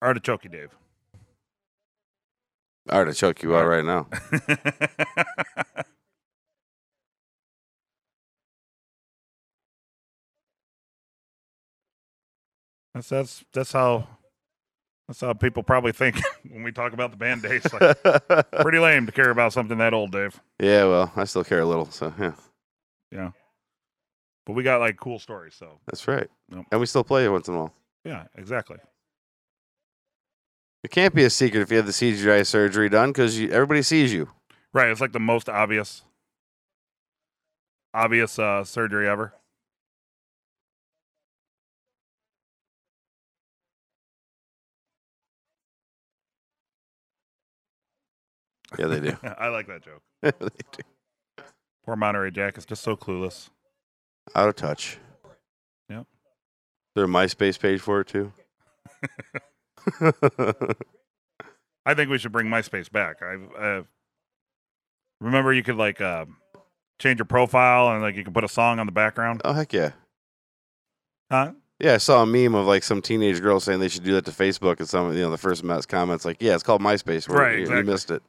B: Artichoke Dave.
C: All right, I choke you out right now.
B: that's that's that's how that's how people probably think *laughs* when we talk about the band days.
C: *laughs*
B: Like, *laughs*
C: yeah,
B: pretty lame to care about something that old, Dave.
C: well, I still care a little, so yeah,
B: But we got like cool stories, so
C: that's right.
B: Nope.
C: And we still play it once in a while.
B: yeah, exactly.
C: It can't be a secret if you had the CGI surgery done because everybody sees you.
B: Right, it's like the most obvious obvious uh, surgery ever. *laughs*
C: Yeah, they *laughs* do.
B: I like that joke.
C: They do.
B: Poor Monterey Jack is just so clueless.
C: Out of touch.
B: Yep.
C: Their MySpace page for
B: *laughs*
C: it too. *laughs*
B: I think we should bring MySpace back. I, I remember you could like uh, change your profile and like you can put a song on the background.
C: oh heck yeah.
B: Huh?
C: Yeah, I saw a meme of like some teenage girl saying they should do that to Facebook, and some you know the first mass comments like, "Yeah, it's called MySpace." We're-
B: Right,
C: you-
B: exactly.
C: You missed it.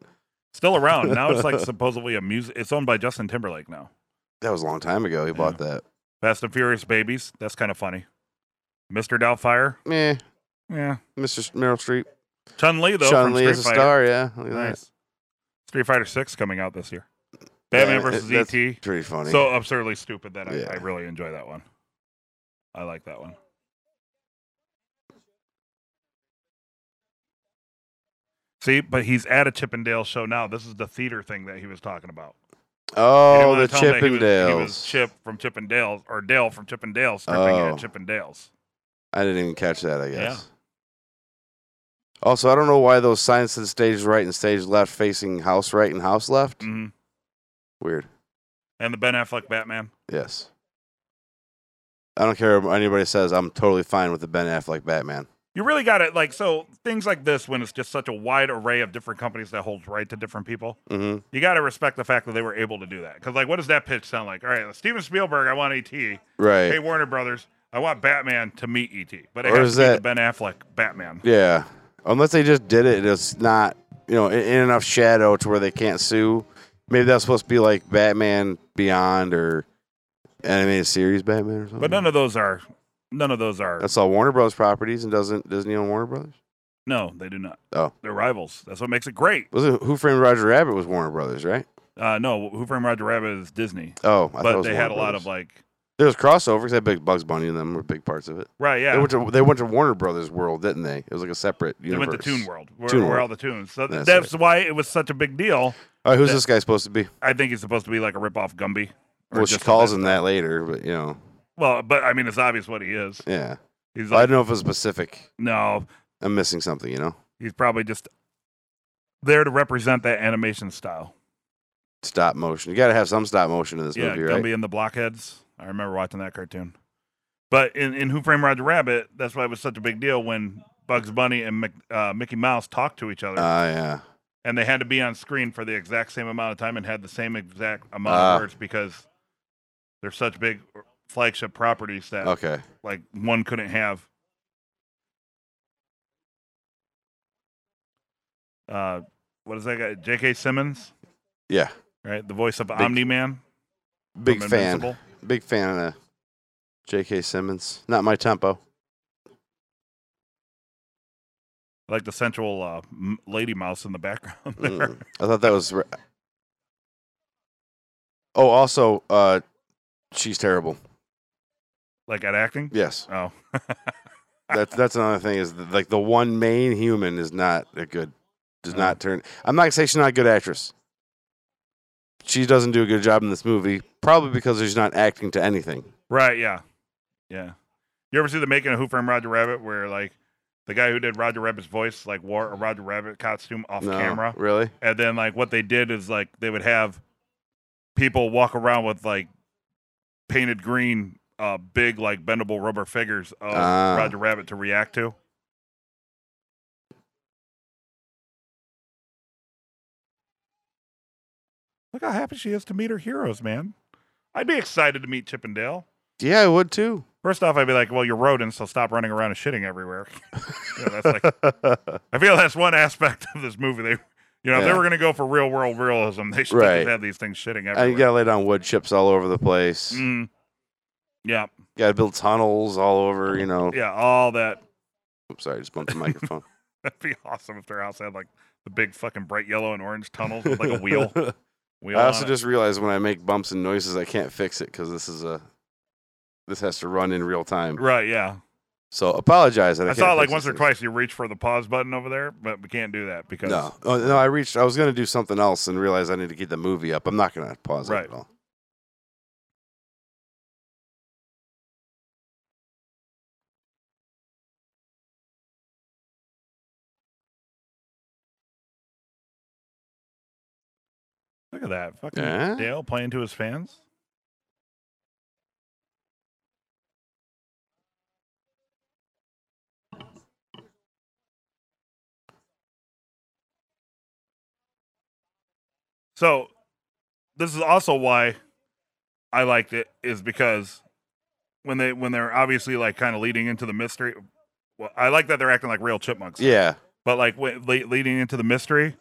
B: Still around now. It's
C: *laughs*
B: like supposedly a music. It's owned by Justin Timberlake now.
C: That was a long time ago. He bought that.
B: Fast and Furious Babies. That's kind of funny. Mr. Doubtfire.
C: Meh,
B: Yeah.
C: Mr. S- Meryl Streep.
B: Chun Li though.
C: Chun
B: from
C: Li
B: Street
C: is a
B: Fighter.
C: star. Yeah, Look at that.
B: Nice. Street Fighter Six coming out this year. Batman
C: Yeah,
B: versus E
C: it- that's
B: ET.
C: Pretty funny.
B: So absurdly stupid that I,
C: Yeah.
B: I really enjoy that one. I like that one. See, but he's at a Chippendale show now. This is the theater thing that he was talking about. He didn't
C: oh,
B: wanna
C: the
B: tell him that He was, he
C: Chippendales.
B: was Chip from Chippendales, or Dale from Chippendales, stripping
C: Oh.
B: at Chippendales.
C: I didn't even catch that. I guess.
B: Yeah.
C: Also, I don't know why those signs said stage right and stage left facing house right and house left.
B: hmm
C: Weird.
B: And the Ben Affleck Batman.
C: Yes. I don't care what anybody says. I'm totally fine with the Ben Affleck Batman.
B: You really got it. Like, so things like this, when it's just such a wide array of different companies that holds right to different people,
C: hmm
B: you got to respect the fact that they were able to do that. Because, like, what does that pitch sound like? All right, Steven Spielberg, I want ET.
C: Right.
B: Hey, Warner Brothers, I want Batman to meet ET. But it
C: Or
B: has
C: is
B: to be the
C: that-
B: Ben Affleck Batman.
C: Yeah. Unless they just did it, and it's not you know in, in enough shadow to where they can't sue. Maybe that's supposed to be like Batman Beyond or animated series Batman or something.
B: But none of those are. None of those are.
C: that's all Warner Bros. properties and doesn't Disney own Warner Brothers?
B: No, they do not.
C: Oh.
B: They're rivals. That's what makes it great.
C: Was it Who Framed Roger Rabbit was Warner Brothers, right?
B: Uh, no, Who Framed Roger Rabbit is Disney.
C: Oh, I thought it
B: but
C: was
B: they
C: Warner
B: had a lot
C: Brothers.
B: of, like.
C: there was crossovers. They had big Bugs Bunny and them were big parts of it.
B: Right, yeah.
C: They went to they went to Warner Brothers World, didn't they? It was like a separate
B: They
C: universe.
B: went to Toon World, where,
C: Toon
B: where
C: World.
B: all the tunes. So that's,
C: That's
B: why it was such a big deal.
C: All right, who's
B: That-
C: this guy supposed to be?
B: I think it's supposed to be like a ripoff Gumby. or
C: Well, she
B: just a
C: calls
B: bit-
C: him that later, but you know,
B: Well, but I mean, it's obvious what he is.
C: yeah.
B: He's
C: I
B: like,
C: don't know if it's specific.
B: no,
C: I'm missing something, you know.
B: he's probably just there to represent that animation style.
C: stop motion. You got to have some stop motion in this
B: yeah,
C: movie, right?
B: Gumby and the Blockheads. I remember watching that cartoon. But in, in Who Framed Roger Rabbit, that's why it was such a big deal when Bugs Bunny and Mic, uh, Mickey Mouse talked to each other,
C: Ah, yeah.
B: and they had to be on screen for the exact same amount of time and had the same exact amount
C: Ah.
B: of words because they're such big flagship properties that
C: Okay.
B: like one couldn't have. Uh, what is that guy? J.K. Simmons,
C: Yeah.
B: right? The voice of
C: Big-
B: Omni Man.
C: Big fan. Big fan of J.K. Simmons. Not my tempo.
B: I like the sensual uh, m- lady mouse in the background *laughs* there.
C: Mm. I thought that was. Re- oh, also, uh, she's terrible.
B: Like at acting.
C: Yes,
B: Oh,
C: that's that's another thing. Is that, like the one main human is not a good. Does
B: Mm.
C: not turn. I'm not saying she's not a good actress. She doesn't do a good job in this movie, probably because she's not acting to anything.
B: right. Yeah. Yeah. You ever see the making of Who Framed Roger Rabbit where like the guy who did Roger Rabbit's voice like wore a Roger Rabbit costume off
C: No,
B: camera?
C: really?
B: And then like what they did is like they would have people walk around with like painted green uh, big like bendable rubber figures of
C: Ah.
B: Roger Rabbit to react to. Look how happy she is to meet her heroes, man. I'd be excited to meet Chippendale.
C: Yeah, I
B: *laughs*
C: would too.
B: First off, I'd be like, "Well, you're rodents, so stop running around and shitting everywhere." *laughs* You know, that's like, I feel that's one aspect of this movie. They, you know, if they
C: Yeah.
B: were going to go for real world realism, they should
C: Right.
B: just have these things shitting
C: I
B: everywhere.
C: you gotta lay down wood chips all over the place.
B: Mm. Yeah,
C: Gotta build tunnels all over. You know.
B: yeah, all that. *laughs*
C: Oops, sorry, I just bumped the microphone.
B: That'd be awesome if their house had like the big fucking bright yellow and orange tunnels with like a
C: *laughs*
B: wheel. wheel
C: I
B: on
C: also
B: it.
C: just realized when I make bumps and noises, I can't fix it because this is a this has to run in real time.
B: right, yeah.
C: So apologize. That I,
B: I
C: can't
B: saw it like
C: fix
B: once
C: this
B: or
C: thing.
B: twice. You reach for the pause button over there, but we can't do that because
C: No, oh, no. I reached. I was gonna do something else and realized I need to keep the movie up. I'm not gonna pause
B: Right.
C: it at all.
B: look at that fucking
C: Yeah.
B: Dale playing to his fans. So this is also why I liked it is because when they when they're obviously like kind of leading into the mystery. Well, I like that they're acting like real chipmunks.
C: Yeah,
B: But like w- le- leading into the mystery,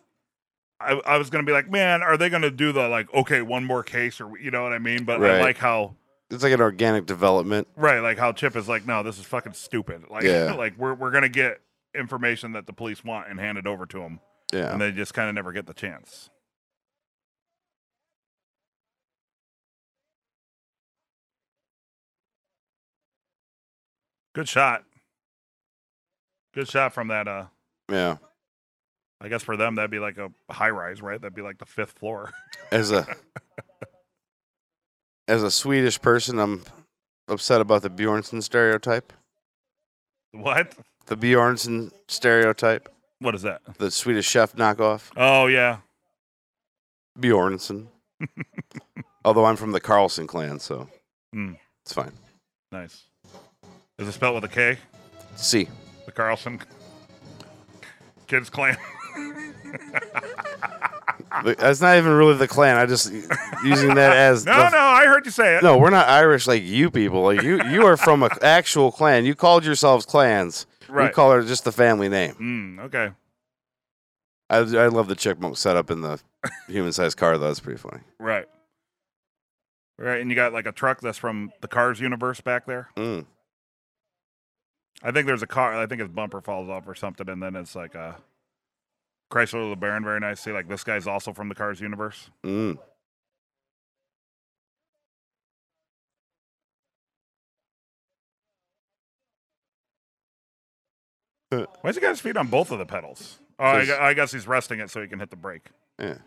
B: I, I was gonna be like, man, are they gonna do the like okay one more case or you know what I mean? But I
C: Right.
B: like how
C: it's like an organic development.
B: right like how Chip is like, no, this is fucking stupid. Like
C: Yeah.
B: *laughs* like we're we're gonna get information that the police want and hand it over to them,
C: Yeah.
B: and they just kind of never get the chance. Good shot. Good shot from that uh
C: Yeah.
B: I guess for them that'd be like a high rise, right? That'd be like the fifth floor. *laughs*
C: As a as a Swedish person, I'm upset about the Bjornson stereotype.
B: what?
C: The Bjornson stereotype,
B: What is that?
C: the Swedish chef knockoff,
B: Oh yeah. *laughs*
C: Bjornson. Although I'm from the Carlson clan, so
B: Mm.
C: it's fine.
B: Nice. Is it spelled with a K?
C: C.
B: The Carlson Kids clan. *laughs* Ah.
C: The- That's not even really the clan. I just
B: *laughs*
C: using that as
B: No,
C: the-
B: no, I heard you say it.
C: No, we're not Irish like you people. Like you, you are from an actual clan. You called yourselves clans. We
B: Right.
C: call her just the family name.
B: Mm, okay.
C: I, I love the chipmunk setup
B: *laughs*
C: in the human-sized car. though. That's pretty funny.
B: Right. Right, and you got like a truck that's from the Cars universe back there.
C: Mm.
B: I think there's a car. I think his bumper falls off or something, and then it's like a Chrysler LeBaron. Very nice. See, like this guy's also from the Cars universe.
C: Mm.
B: Why's he got his feet on both of the pedals? Oh, I, gu-
C: 'Cause-
B: I guess he's resting it so he can hit the brake.
C: Yeah.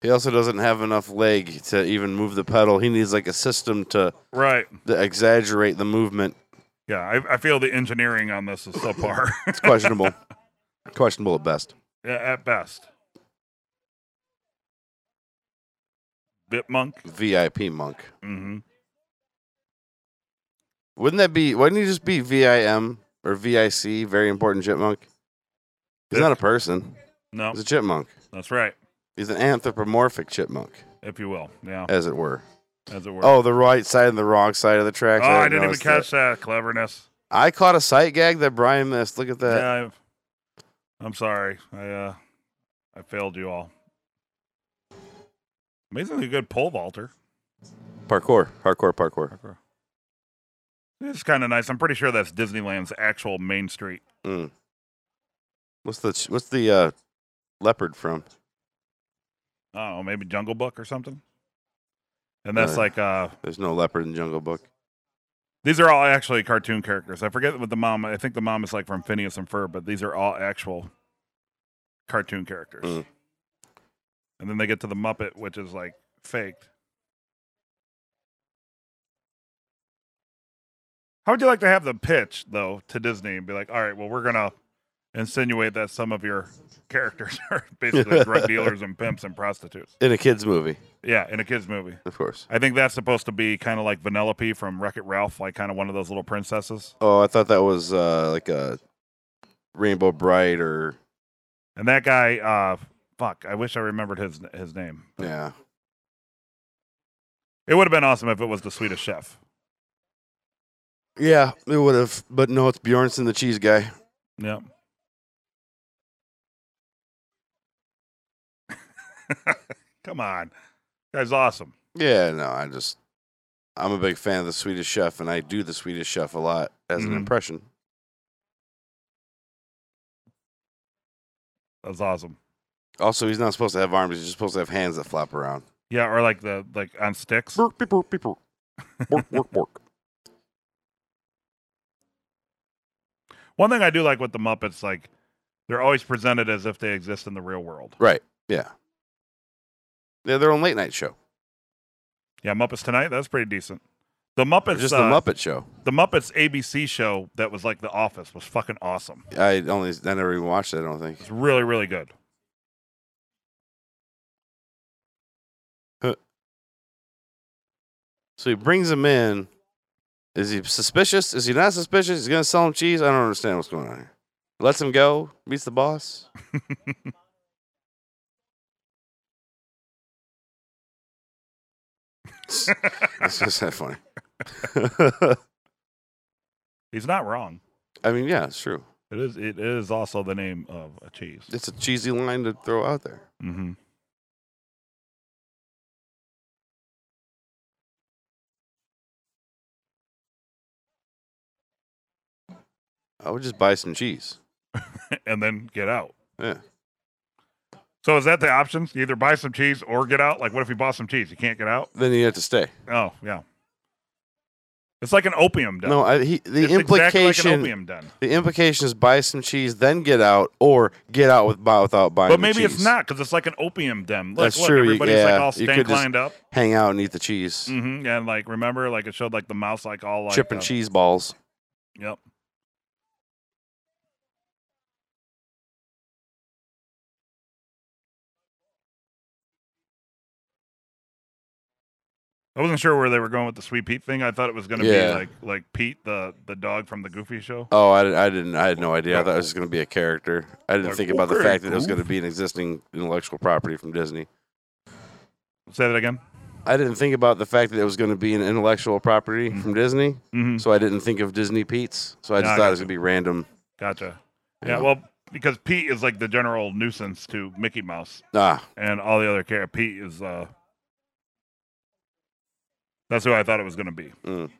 C: He also doesn't have enough leg to even move the pedal. He needs like a system to,
B: Right.
C: to exaggerate the movement.
B: Yeah, I, I feel the engineering on this is *laughs* subpar
C: It's questionable. questionable at best.
B: Yeah, at best. Bitmonk.
C: VIP monk.
B: Mm-hmm.
C: Wouldn't that be? Wouldn't he just be VIM or VIC? Very important chipmunk. He's not a person.
B: No,
C: He's a chipmunk.
B: that's right,
C: He's an anthropomorphic chipmunk,
B: if you will. Yeah,
C: as it were.
B: as it were.
C: Oh, the right side and the wrong side of the
B: Oh,
C: tracks.
B: I didn't even
C: notice
B: catch that, cleverness.
C: that. I caught a sight gag that Brian missed. Look at that.
B: yeah, I've, I'm sorry. I uh, I failed you all. Amazingly good pole vaulter.
C: Parkour, parkour, parkour.
B: It's kind of nice. I'm pretty sure that's Disneyland's actual main street.
C: Mm. What's the ch- what's the uh, leopard from?
B: I don't know, maybe Jungle Book or something. And that's
C: Uh,
B: like uh
C: There's no leopard in Jungle Book.
B: these are all actually cartoon characters. I forget what the mom I think the mom is like from Phineas and Ferb, but these are all actual cartoon characters.
C: Mm.
B: And then they get to the Muppet, which is like faked. How would you like to have the pitch though to Disney and be like, all right, well we're gonna insinuate that some of your characters *laughs* are basically drug dealers and pimps and prostitutes.
C: in a kids movie,
B: Yeah, in a kids movie.
C: of course.
B: I think that's supposed to be kind of like Vanellope from Wreck It Ralph, like kind of one of those little princesses.
C: Oh, I thought that was uh, like a Rainbow Bright or
B: And that guy, uh, fuck, I wish I remembered his his name.
C: yeah.
B: It would have been awesome if it was the Swedish Chef.
C: Yeah, it would have, but no, it's Bjornson the cheese guy.
B: Yeah. *laughs* Come on, guy's awesome.
C: Yeah, no, I just I'm a big fan of the Swedish Chef, and I do the Swedish Chef a lot as
B: Mhm.
C: an impression.
B: That's awesome.
C: Also, he's not supposed to have arms; he's just supposed to have hands that flop around.
B: Yeah, or like the like on sticks.
C: Burp, beep, burp, beep, burp.
B: *laughs*
C: Bork, bork, bork.
B: One thing I do like with the Muppets, like they're always presented as if they exist in the real world.
C: Right? Yeah. They're their own late night show,
B: Yeah, Muppets Tonight, that's pretty decent. The
C: Or
B: Muppets,
C: just
B: uh,
C: the Muppet Show.
B: the Muppets ABC show that was like The Office was fucking awesome.
C: I only I never even watched it. I don't think.
B: It's really, really good.
C: So he brings him in. Is he suspicious? Is he not suspicious? He's gonna sell him cheese. I don't understand what's going on here. Lets him go. Meets the boss. That's just that funny. *laughs*
B: He's not wrong.
C: I mean, yeah, it's true.
B: It is. It is also the name of a cheese.
C: It's a cheesy line to throw out there.
B: Mm-hmm. *laughs*
C: I would just buy some cheese.
B: and then get out.
C: Yeah.
B: So is that the options? You either buy some cheese or get out. Like, what if you bought some cheese? You can't get out.
C: Then you have to stay.
B: Oh yeah. It's like an opium den.
C: No, I, he, the
B: it's
C: implication.
B: exactly like an opium den.
C: The implication is buy some cheese, then get out, or get out with buy without buying.
B: But
C: the
B: maybe it's
C: cheese.
B: not because it's like an opium den. Like,
C: That's
B: look,
C: true, you-
B: Everybody's like
C: yeah,
B: all
C: you could
B: stank
C: just-
B: lined up.
C: Hang out and eat the cheese,
B: hmm And like, remember, like it showed like the mouse, like all like
C: chip and
B: uh,
C: cheese balls.
B: Yep. I wasn't sure where they were going with the Sweet Pete thing. I thought it was going to
C: Yeah.
B: be like like Pete the the dog from the Goofy show.
C: Oh, I, di- I didn't. I had no idea. I thought it was going to be a character. I didn't
B: Like,
C: think about the
B: okay,
C: fact that it was
B: goof.
C: going to be an existing intellectual property from Disney. Oh.
B: Say that again.
C: I didn't think about the fact that it was going to be an intellectual property from Disney.
B: hmm
C: So I didn't think of Disney Pete's. So I
B: No,
C: just
B: Mm. I
C: thought
B: got
C: it was
B: you.
C: going to be random.
B: Gotcha.
C: you
B: Yeah.
C: know.
B: Well, because Pete is like the general nuisance to Mickey Mouse
C: ah,
B: and all the other characters. Pete is uh. That's who I thought it was going to be.
C: mm.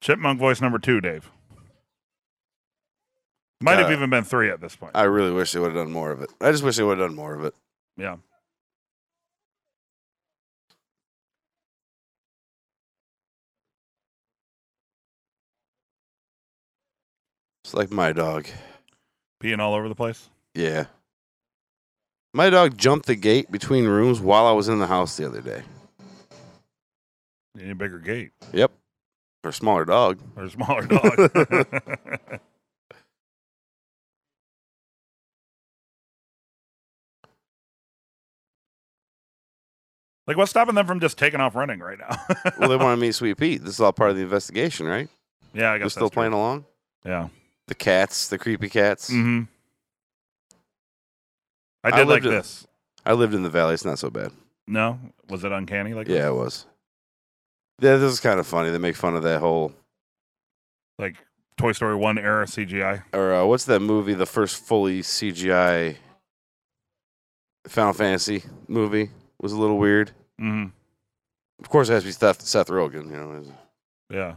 B: Chipmunk voice number two, Dave. Might have
C: Uh,
B: even been three at this point.
C: I really wish they would have done more of it. I just wish they would have done more of it.
B: yeah.
C: It's like my dog.
B: Peeing all over the place.
C: Yeah. My dog jumped the gate between rooms while I was in the house the other day.
B: You need a bigger gate
C: Yep. For a smaller dog.
B: or a smaller dog. *laughs* like, what's stopping them from just taking off running right now? *laughs*
C: Well, they want to meet Sweet Pete. This is all part of the investigation, right?
B: yeah, I
C: They're
B: guess
C: still
B: that's true.
C: playing along.
B: Yeah.
C: The cats, the creepy cats.
B: Mm-hmm. I
C: I
B: did like
C: lived in-
B: this.
C: I lived in the valley. It's not so bad.
B: No, was it uncanny? Like,
C: Yeah, it was. Yeah, this is kind of funny. They make fun of that whole,
B: like Toy Story One era CGI.
C: or uh, what's that movie? The first fully CGI Final Fantasy movie was a little weird.
B: Mm-hmm.
C: Of course, it has to be Seth, Seth Rogen. You know,
B: Yeah.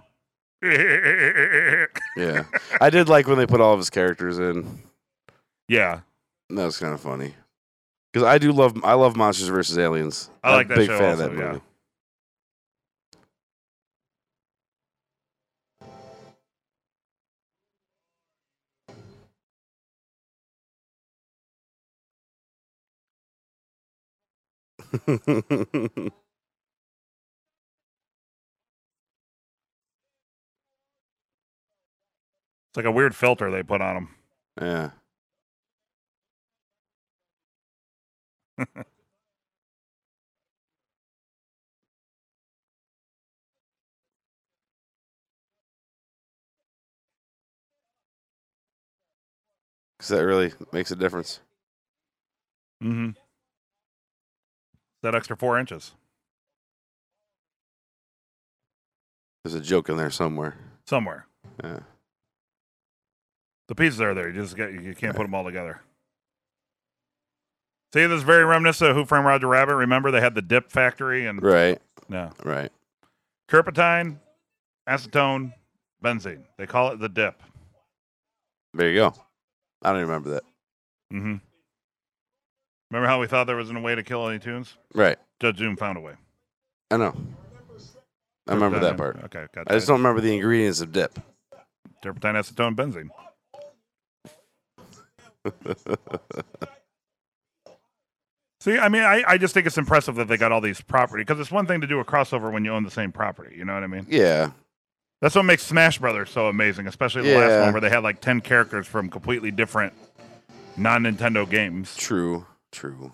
B: *laughs*
C: Yeah. I did like when they put all of his characters in.
B: yeah.
C: That was kind of funny. Because I do love I love Monsters vs. Aliens.
B: I
C: I'm
B: like
C: a
B: that
C: big
B: show
C: fan
B: also,
C: of that
B: yeah.
C: movie. *laughs*
B: like a weird filter they put on them.
C: Yeah. Because that really makes a difference.
B: Mm-hmm. That extra four inches
C: There's a joke in there somewhere.
B: somewhere.
C: Yeah.
B: The pieces are there. You just get you can't put them all together. See, this is very reminiscent of Who Framed Roger Rabbit. Remember, they had the dip factory and
C: Right.
B: no
C: Right.
B: turpentine, acetone, benzene. They call it the dip.
C: There you go. I don't even remember that.
B: Mm-hmm. Remember how we thought there wasn't a way to kill any tunes?
C: Right.
B: Judge Zoom found a way.
C: I know. I remember that
B: Turpentine-
C: part.
B: Okay, gotcha.
C: I just don't remember the ingredients of dip.
B: turpentine, acetone,
C: *laughs*
B: benzene. See, I mean, I, I just think it's impressive that they got all these property because it's one thing to do a crossover when you own the same property. You know what I mean?
C: Yeah.
B: That's what makes Smash Brothers so amazing, especially the last
C: Yeah.
B: one where they had like ten characters from completely different non Nintendo games.
C: True. True.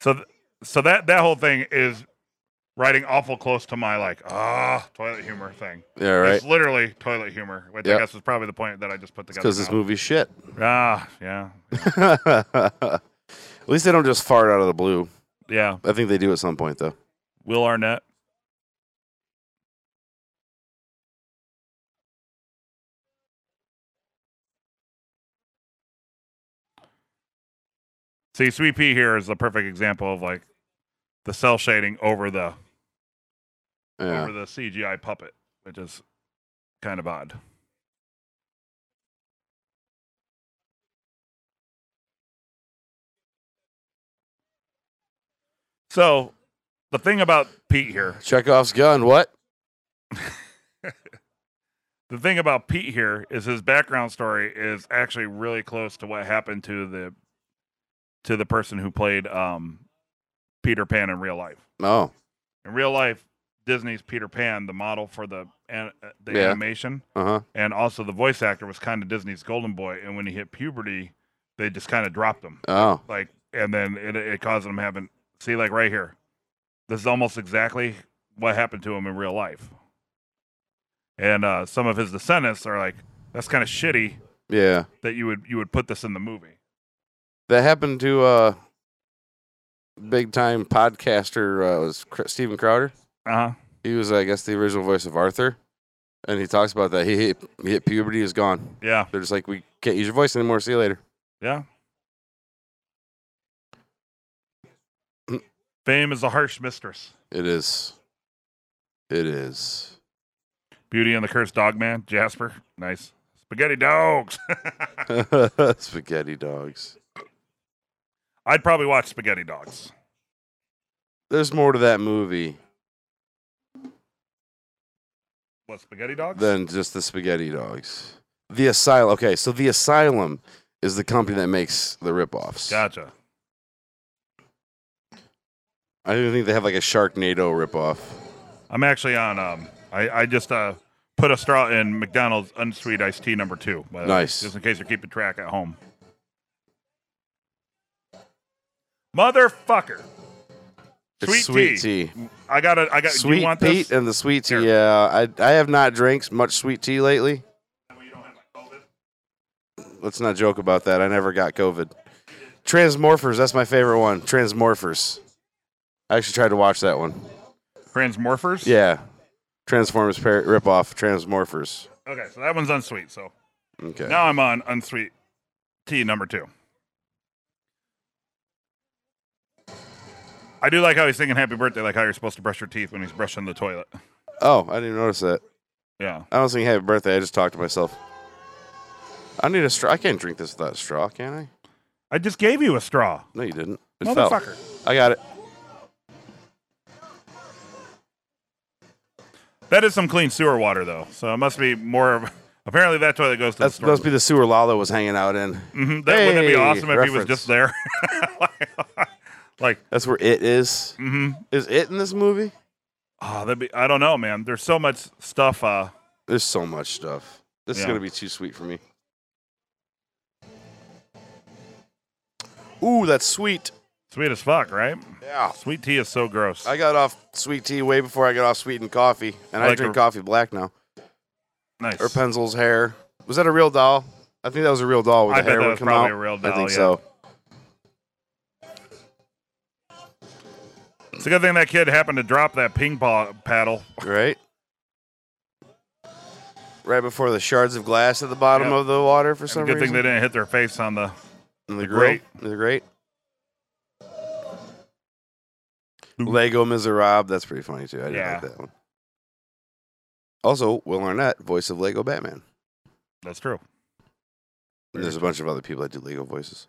B: So, th- so that that whole thing is writing awful close to my like ah toilet humor thing.
C: Yeah. Right.
B: It's literally toilet humor, which I
C: Yep.
B: guess is probably the point that I just put together.
C: Because this
B: now.
C: movie's shit.
B: ah, yeah,
C: At least they don't just fart out of the blue.
B: yeah.
C: I think they do at some point, though.
B: Will Arnett. See, Sweet Pea here is the perfect example of like the cell shading over the over
C: Yeah.
B: the CGI puppet, which is kind of odd. So, the thing about Pete here,
C: Chekhov's gun. What?
B: the thing about Pete here is his background story is actually really close to what happened to the to the person who played um, Peter Pan in real life.
C: Oh.
B: In real life, Disney's Peter Pan, the model for the an, uh, the
C: Yeah.
B: animation,
C: Uh huh.
B: and also the voice actor was kind of Disney's golden boy. And when he hit puberty, they just kind of dropped him.
C: Oh.
B: Like, and then it, it caused him having see, like right here, this is almost exactly what happened to him in real life. And uh, some of his descendants are like, that's kind of shitty
C: Yeah.
B: that you would you would put this in the movie.
C: That happened to uh, big time podcaster uh, was Cr- Steven Crowder.
B: Uh huh.
C: He was, I guess, the original voice of Arthur, and he talks about that. He hit, he hit puberty is gone.
B: Yeah.
C: They're just like, we can't use your voice anymore. See you later.
B: Yeah. Fame is a harsh mistress.
C: It is. It is. *laughs*
B: Beauty and the Cursed Dog Man, Jasper. Nice. Spaghetti dogs. *laughs*
C: Spaghetti dogs.
B: I'd probably watch Spaghetti Dogs.
C: There's more to that movie
B: What, Spaghetti Dogs?
C: than just the spaghetti dogs. The asylum. Okay, so the asylum is the company that makes the ripoffs.
B: gotcha.
C: I don't even think they have like a Sharknado ripoff.
B: Uh, I'm actually on, um, I, I just uh, put a straw in McDonald's unsweet iced tea number two. by the way,
C: Nice.
B: Just in case you're keeping track at home. Motherfucker.
C: It's
B: Sweet tea.
C: tea.
B: I got to I got. do
C: Sweet
B: you want
C: Pete
B: this?
C: and the sweet tea.
B: Here.
C: Yeah, I I have not drank much sweet tea lately. Let's not joke about that. I never got COVID. Transmorphers, that's my favorite one. Transmorphers. I actually tried to watch that one.
B: Transmorphers.
C: Yeah. Transformers par- ripoff, Transmorphers.
B: Okay, so that one's unsweet. So
C: Okay.
B: now I'm on unsweet tea number two. I do like how he's singing "Happy Birthday," like how you're supposed to brush your teeth when he's brushing the toilet.
C: Oh, I didn't notice that.
B: Yeah.
C: I don't sing happy birthday. I just talked to myself. I need a straw. I can't drink this without a straw, can I?
B: I just gave you a straw.
C: No, you didn't. It fell.
B: Motherfucker.
C: I got it.
B: That is some clean sewer water, though. So it must be more of. Apparently, that toilet goes to
C: That's,
B: the storm.
C: must be the sewer Lalo was hanging out in.
B: Mhm, That wouldn't it be
C: Hey,
B: awesome if he was
C: reference.
B: just there. *laughs* like,
C: That's where it is.
B: mhm.
C: Is it in this movie?
B: Oh, that'd be, I don't know, man. There's so much stuff. Uh,
C: There's so much stuff. This
B: Yeah.
C: is gonna be too sweet for me. Ooh, that's sweet.
B: sweet as fuck, right?
C: Yeah.
B: Sweet tea is so gross.
C: I got off sweet tea way before I got off sweetened coffee, and I
B: Like
C: drink
B: a-
C: coffee black now.
B: nice.
C: Or Penzel's hair was that a real doll? I think that was a real doll. Where
B: I
C: the
B: bet
C: hair
B: that
C: would
B: was
C: come
B: probably
C: out.
B: a real
C: I
B: doll,
C: think
B: yeah.
C: so.
B: It's a good thing that kid happened to drop that ping pong paddle.
C: Right. Right before the shards of glass at the bottom
B: Yep.
C: of the water for
B: It's
C: some
B: a good
C: reason.
B: thing they didn't hit their face on the.
C: In the,
B: The
C: grill.
B: grate.
C: The grate.
B: Boop.
C: Lego Miserable. That's pretty funny too. I didn't
B: Yeah.
C: like that one. Also, Will Arnett, voice of Lego Batman.
B: That's true.
C: And there's a bunch of other people that do Lego voices.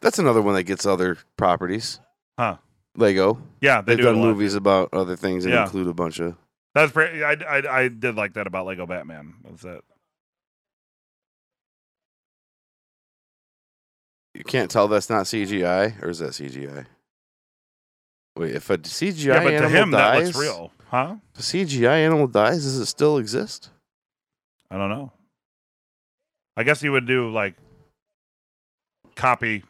C: That's another one that gets other properties.
B: Huh.
C: Lego.
B: Yeah, they
C: They've
B: do it
C: done
B: a lot.
C: movies about other things and
B: Yeah.
C: include a bunch of.
B: That's pretty. I, I I did like that about Lego Batman. That's it.
C: You can't tell that's not CGI, or is that CGI? Wait, if a CGI
B: Yeah, but to
C: animal
B: him that
C: dies,
B: looks real, huh?
C: If a CGI animal dies, does it still exist?
B: I don't know. I guess you would do like copy,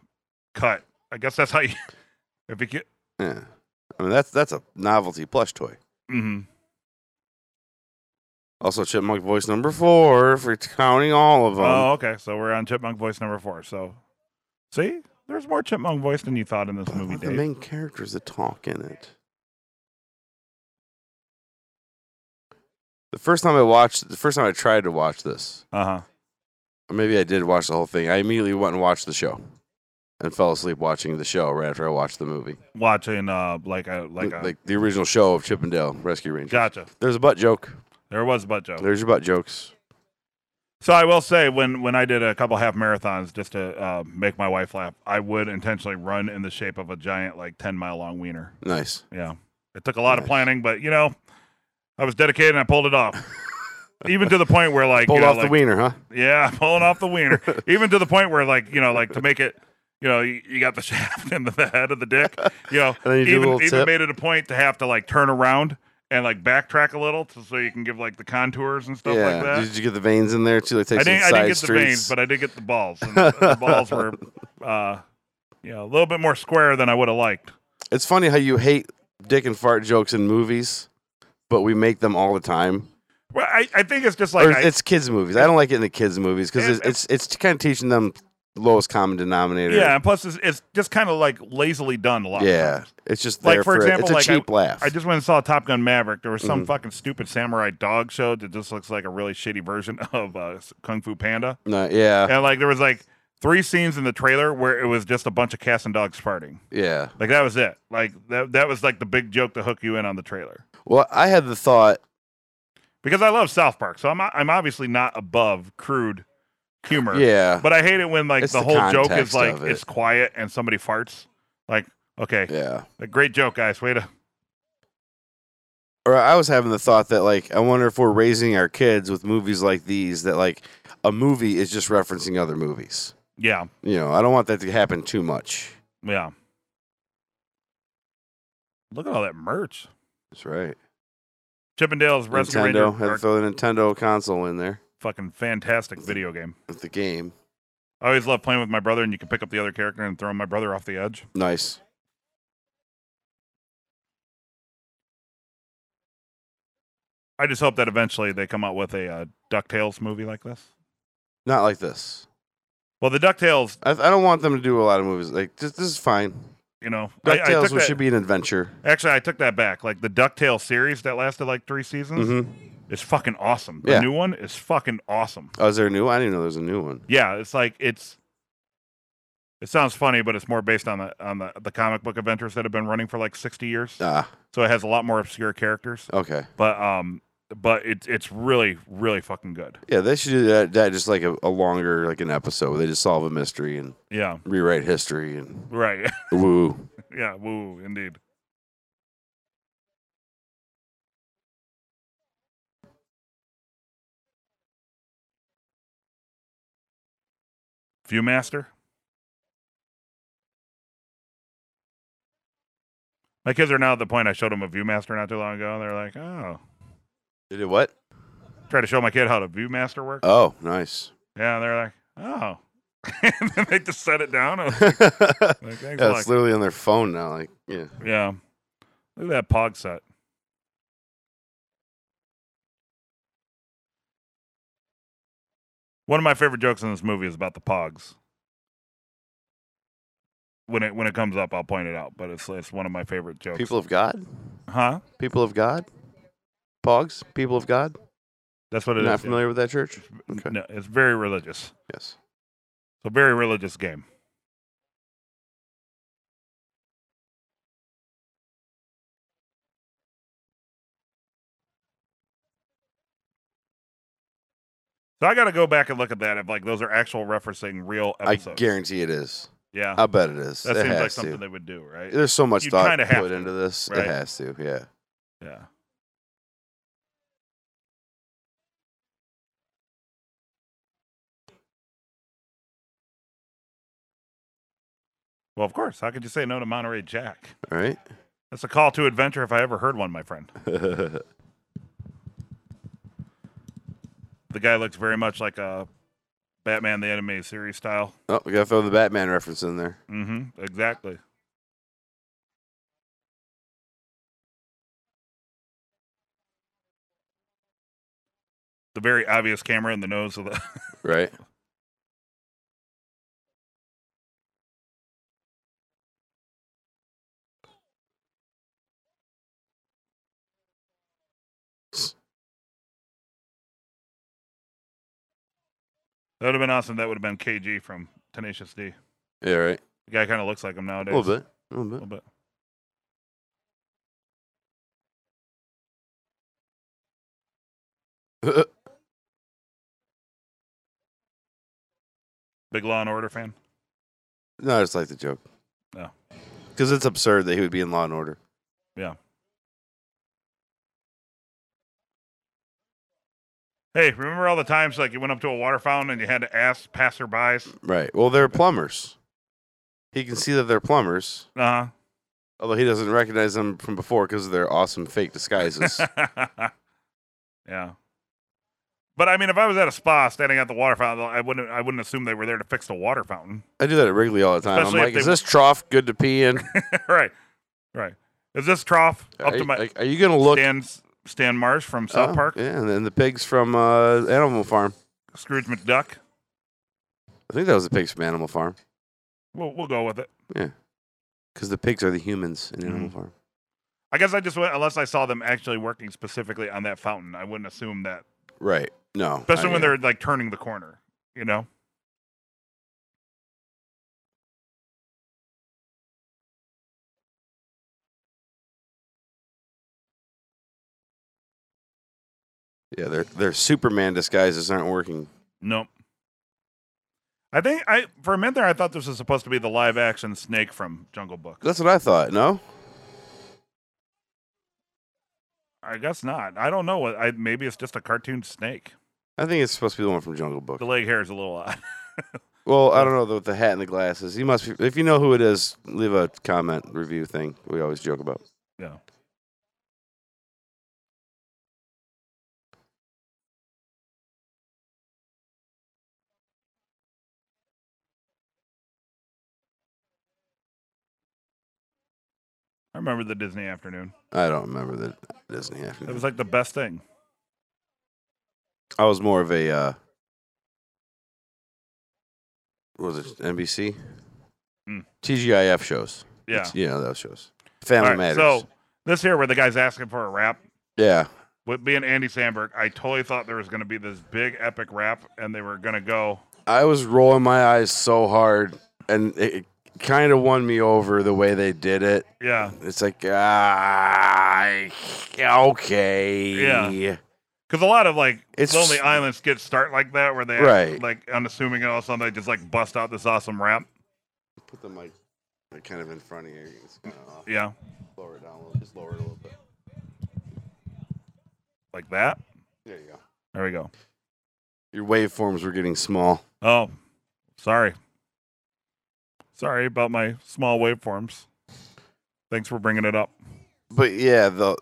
B: cut. I guess that's how you. *laughs* If you.
C: Yeah. I mean that's that's a novelty plush toy.
B: Mm-hmm.
C: Also chipmunk voice number four if we're counting all of them.
B: Oh, okay. So we're on Chipmunk voice number four. So, see, there's more Chipmunk voice than you thought in this
C: But
B: movie,
C: one of the
B: Dave.
C: main characters that talk in it. The first time I watched the first time I tried to watch this,
B: Uh huh.
C: or maybe I did watch the whole thing, I immediately went and watched the show. And fell asleep watching the show right after I watched the movie.
B: Watching uh like a like a
C: like the original show of Chippendale Rescue Rangers.
B: gotcha.
C: There's a butt joke.
B: There was butt joke.
C: There's your butt jokes.
B: So I will say, when when I did a couple half marathons just to uh, make my wife laugh, I would intentionally run in the shape of a giant, like ten mile long wiener.
C: Nice.
B: Yeah, it took a lot of
C: Nice.
B: planning, but you know, I was dedicated and I pulled it
C: *laughs*
B: off. Even to the point where, like,
C: Pulled
B: you know,
C: off
B: like,
C: the wiener, huh?
B: yeah, *laughs* pulling off the
C: *laughs*
B: wiener. Even to the point where, like, you know, like to make it, you know, you, you got the *laughs* shaft and the head of the dick. You know,
C: *laughs* And then you do a
B: even
C: little
B: even
C: tip.
B: made it a point to have to like turn around and like backtrack a little to, so you can give like the contours and stuff like that.
C: Did you get the veins in there too? Like take
B: I
C: some
B: didn't, I
C: side
B: didn't get
C: streets.
B: the veins, but I did get the balls. And the, the balls were, *laughs* uh, you know, a little bit more square than I would have liked.
C: it's funny how you hate dick and fart jokes in movies, but we make them all the time.
B: Well, I, I think it's just like
C: or
B: I,
C: it's kids movies. I don't like it in the kids movies because
B: It-
C: it's, it's it's kind of teaching them lowest common denominator.
B: yeah, and plus it's, it's just kind of like lazily done a lot. of
C: yeah.
B: times.
C: It's just
B: Like,
C: there
B: for
C: for,
B: example,
C: it's
B: like,
C: a
B: I-
C: cheap laugh.
B: I just went and saw Top Gun Maverick. There was some
C: Mhm.
B: fucking stupid samurai dog show that just looks like a really shitty version *laughs* of uh, Kung Fu Panda.
C: no, yeah,
B: And like there was like three scenes in the trailer where it was just a bunch of cats and dogs farting.
C: yeah.
B: Like that was it. Like that that was like the big joke to hook you in on the trailer.
C: Well, I had the thought
B: because I love South Park, so I'm I'm obviously not above crude humor.
C: Yeah.
B: But I hate it when like
C: It's
B: the
C: the
B: whole joke is
C: context
B: like
C: of it.
B: it's quiet and somebody farts. Like, okay,
C: yeah.
B: a great joke, guys. Way to
C: Or I was having the thought that like I wonder if we're raising our kids with movies like these that like a movie is just referencing other movies.
B: yeah,
C: You know, I don't want that to happen too much.
B: yeah. Look at all that merch.
C: That's right.
B: Chippendales Rescue
C: Nintendo
B: Ranger
C: had
B: are
C: to throw the Nintendo console in there
B: fucking fantastic video game.
C: with the game.
B: I always love playing with my brother, and you can pick up the other character and throw my brother off the edge.
C: Nice.
B: I just hope that eventually they come out with a uh, Ducktales movie like this.
C: Not like this.
B: Well, the Ducktales,
C: I, I don't want them to do a lot of movies. Like this, this is fine.
B: you know, I- I
C: Ducktales
B: took
C: which
B: that-
C: should be an adventure.
B: Actually, I took that back. Like the Ducktales series that lasted like three seasons
C: Mm-hmm.
B: is fucking awesome. The
C: Yeah.
B: new one is fucking awesome.
C: Oh, is there a new? One? I didn't know there was a new one.
B: Yeah, it's like it's. It sounds funny, but it's more based on the on the, the comic book adventures that have been running for like sixty years.
C: Ah,
B: So it has a lot more obscure characters,
C: okay.
B: but um, but it's it's really really fucking good.
C: Yeah, they should do that. That just like a, a longer, like an episode. Where they just solve a mystery and
B: Yeah,
C: rewrite history and
B: right. *laughs*
C: woo.
B: yeah, woo, indeed. Viewmaster. My kids are now at the point I showed them a ViewMaster not too long ago, and they're like, "Oh."
C: Did it what?
B: Try to show my kid how to ViewMaster works.
C: Oh,
B: *laughs*
C: nice.
B: yeah, they're like, "Oh." *laughs* and then they just set it down. I was
C: yeah,
B: like, Thanks a lot,
C: it's literally on their phone now. Like, yeah.
B: Yeah. Look at that pog set. One of my favorite jokes in this movie is about the pogs. When it when it comes up, I'll point it out. But it's it's one of my favorite jokes.
C: People of God.
B: huh?
C: People of God. Pogs. People of God.
B: That's what it is.
C: You're not
B: yeah.
C: familiar with that church? Okay.
B: No, it's very religious.
C: Yes.
B: It's a very religious game. So I got to go back and look at that if like those are actual referencing real
C: I
B: episodes.
C: guarantee it is.
B: yeah,
C: I bet it is.
B: that
C: it
B: seems
C: has
B: like something
C: to.
B: they would do, right?
C: There's so much
B: you
C: thought
B: kinda have
C: put
B: to,
C: into this.
B: right?
C: It has to. Yeah.
B: Yeah. Well, of course. How could you say no to Monterey Jack?
C: All right. *laughs*
B: That's a call to adventure if I ever heard one, my friend. The guy looks very much like a Batman the anime series style.
C: oh, we gotta throw the Batman reference in there.
B: Mm-hmm. Exactly. The very obvious camera in the nose of the
C: Right.
B: That would have been awesome. That would have been KG from Tenacious D.
C: Yeah. Right.
B: The guy kind of looks like him nowadays.
C: A little bit. A little
B: A
C: bit.
B: little bit.
C: *laughs*
B: Big Law and Order fan.
C: No, I just like the joke.
B: No.
C: Because it's absurd that he would be in Law and Order.
B: Hey, remember all the times like you went up to a water fountain and you had to ask passerbys?
C: Right. Well, they're plumbers. He can see that they're plumbers,
B: Uh
C: although he doesn't recognize them from before because of their awesome fake
B: *laughs*
C: disguises.
B: huh. *laughs* yeah. But I mean, if I was at a spa standing at the water fountain, I wouldn't. I wouldn't assume they were there to fix the water fountain. *laughs*
C: I do that at Wrigley all the time.
B: Especially
C: I'm
B: if
C: like,
B: they-
C: is this trough good to
B: *laughs*
C: pee in?
B: right. Right. Is this trough up
C: are,
B: to
C: you-
B: my
C: like, are you gonna look?
B: Stan Stan Marsh from South
C: Oh,
B: Park?
C: Yeah, and then the pigs from uh, Animal Farm.
B: Scrooge McDuck.
C: I think that was the pigs from Animal Farm
B: We'll we'll go with it.
C: because the pigs are the humans in
B: Mm-hmm.
C: Animal Farm.
B: I guess I just went unless I saw them actually working specifically on that fountain. I wouldn't assume that,
C: Right. No.
B: especially
C: I-
B: when they're like turning the corner. You know,
C: Yeah, their their Superman disguises aren't working.
B: nope. I think I for a minute there I thought this was supposed to be the live action snake from Jungle Book.
C: That's what I thought. No.
B: I guess not. I don't know what. I maybe it's just a cartoon snake.
C: I think it's supposed to be the one from Jungle Book.
B: The leg hair is a little odd. *laughs*
C: Well, I don't know with the hat and the glasses. You must be. If you know who it is, leave a comment review thing. We always joke about.
B: yeah. I remember the Disney afternoon.
C: I don't remember the Disney half.
B: It was like the best thing.
C: I was more of a. Uh, what was it NBC?
B: Mm.
C: TGIF shows.
B: Yeah.
C: It's- yeah, those shows. Family
B: All right,
C: Matters.
B: So this here, where the guy's asking for a rap,
C: yeah,
B: with being Andy Sandberg, I totally thought there was going to be this big epic rap, and they were going to go.
C: I was rolling my eyes so hard, and it, kind of won me over the way they did it.
B: Yeah,
C: It's like, ah, okay,
B: Yeah. because a lot of like
C: It's-
B: Lonely Island skits start like that, where they
C: Right.
B: like unassuming and all of a sudden they just like bust out this awesome rap.
C: Put the mic like, kind of in front of you. It's kind of off.
B: Yeah,
C: uh, Lower it down a little. Just lower it a little bit.
B: like that.
C: There you go.
B: There we go.
C: Your waveforms were getting small.
B: Oh, sorry, sorry about my small waveforms. Thanks for bringing it up.
C: But
B: *laughs*
C: yeah, the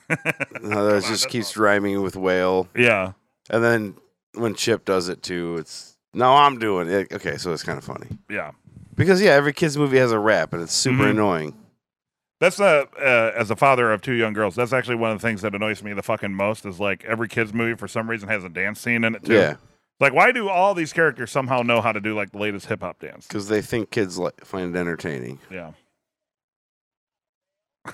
C: no, that
B: on,
C: just
B: that's
C: keeps rhyming with whale,
B: Yeah.
C: and then when Chip does it too, it's no, I'm doing it. Okay, so it's kind of funny
B: Yeah.
C: because yeah, every kids movie has a rap, and it's super
B: Mhm.
C: annoying.
B: That's uh, uh, as a father of two young girls, that's actually one of the things that annoys me the fucking most is like every kid's movie for some reason has a dance scene in it too.
C: Yeah,
B: Like, why do all these characters somehow know how to do like the latest hip hop dance?
C: because they think kids like, find it entertaining.
B: Yeah. *laughs*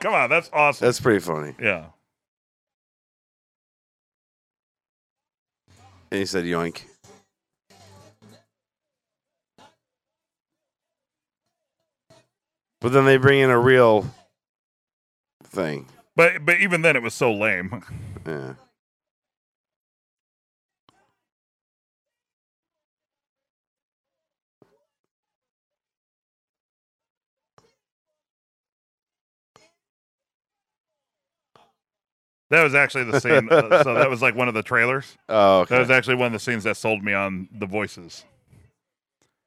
B: Come on, that's awesome.
C: That's pretty funny.
B: yeah.
C: And he said yoink. But then they bring in a real thing.
B: But but even then it was so lame. *laughs*
C: Yeah.
B: That was actually the scene. uh, so that was like one of the trailers.
C: Oh,
B: That
C: okay.
B: was actually one of the scenes that sold me on the voices.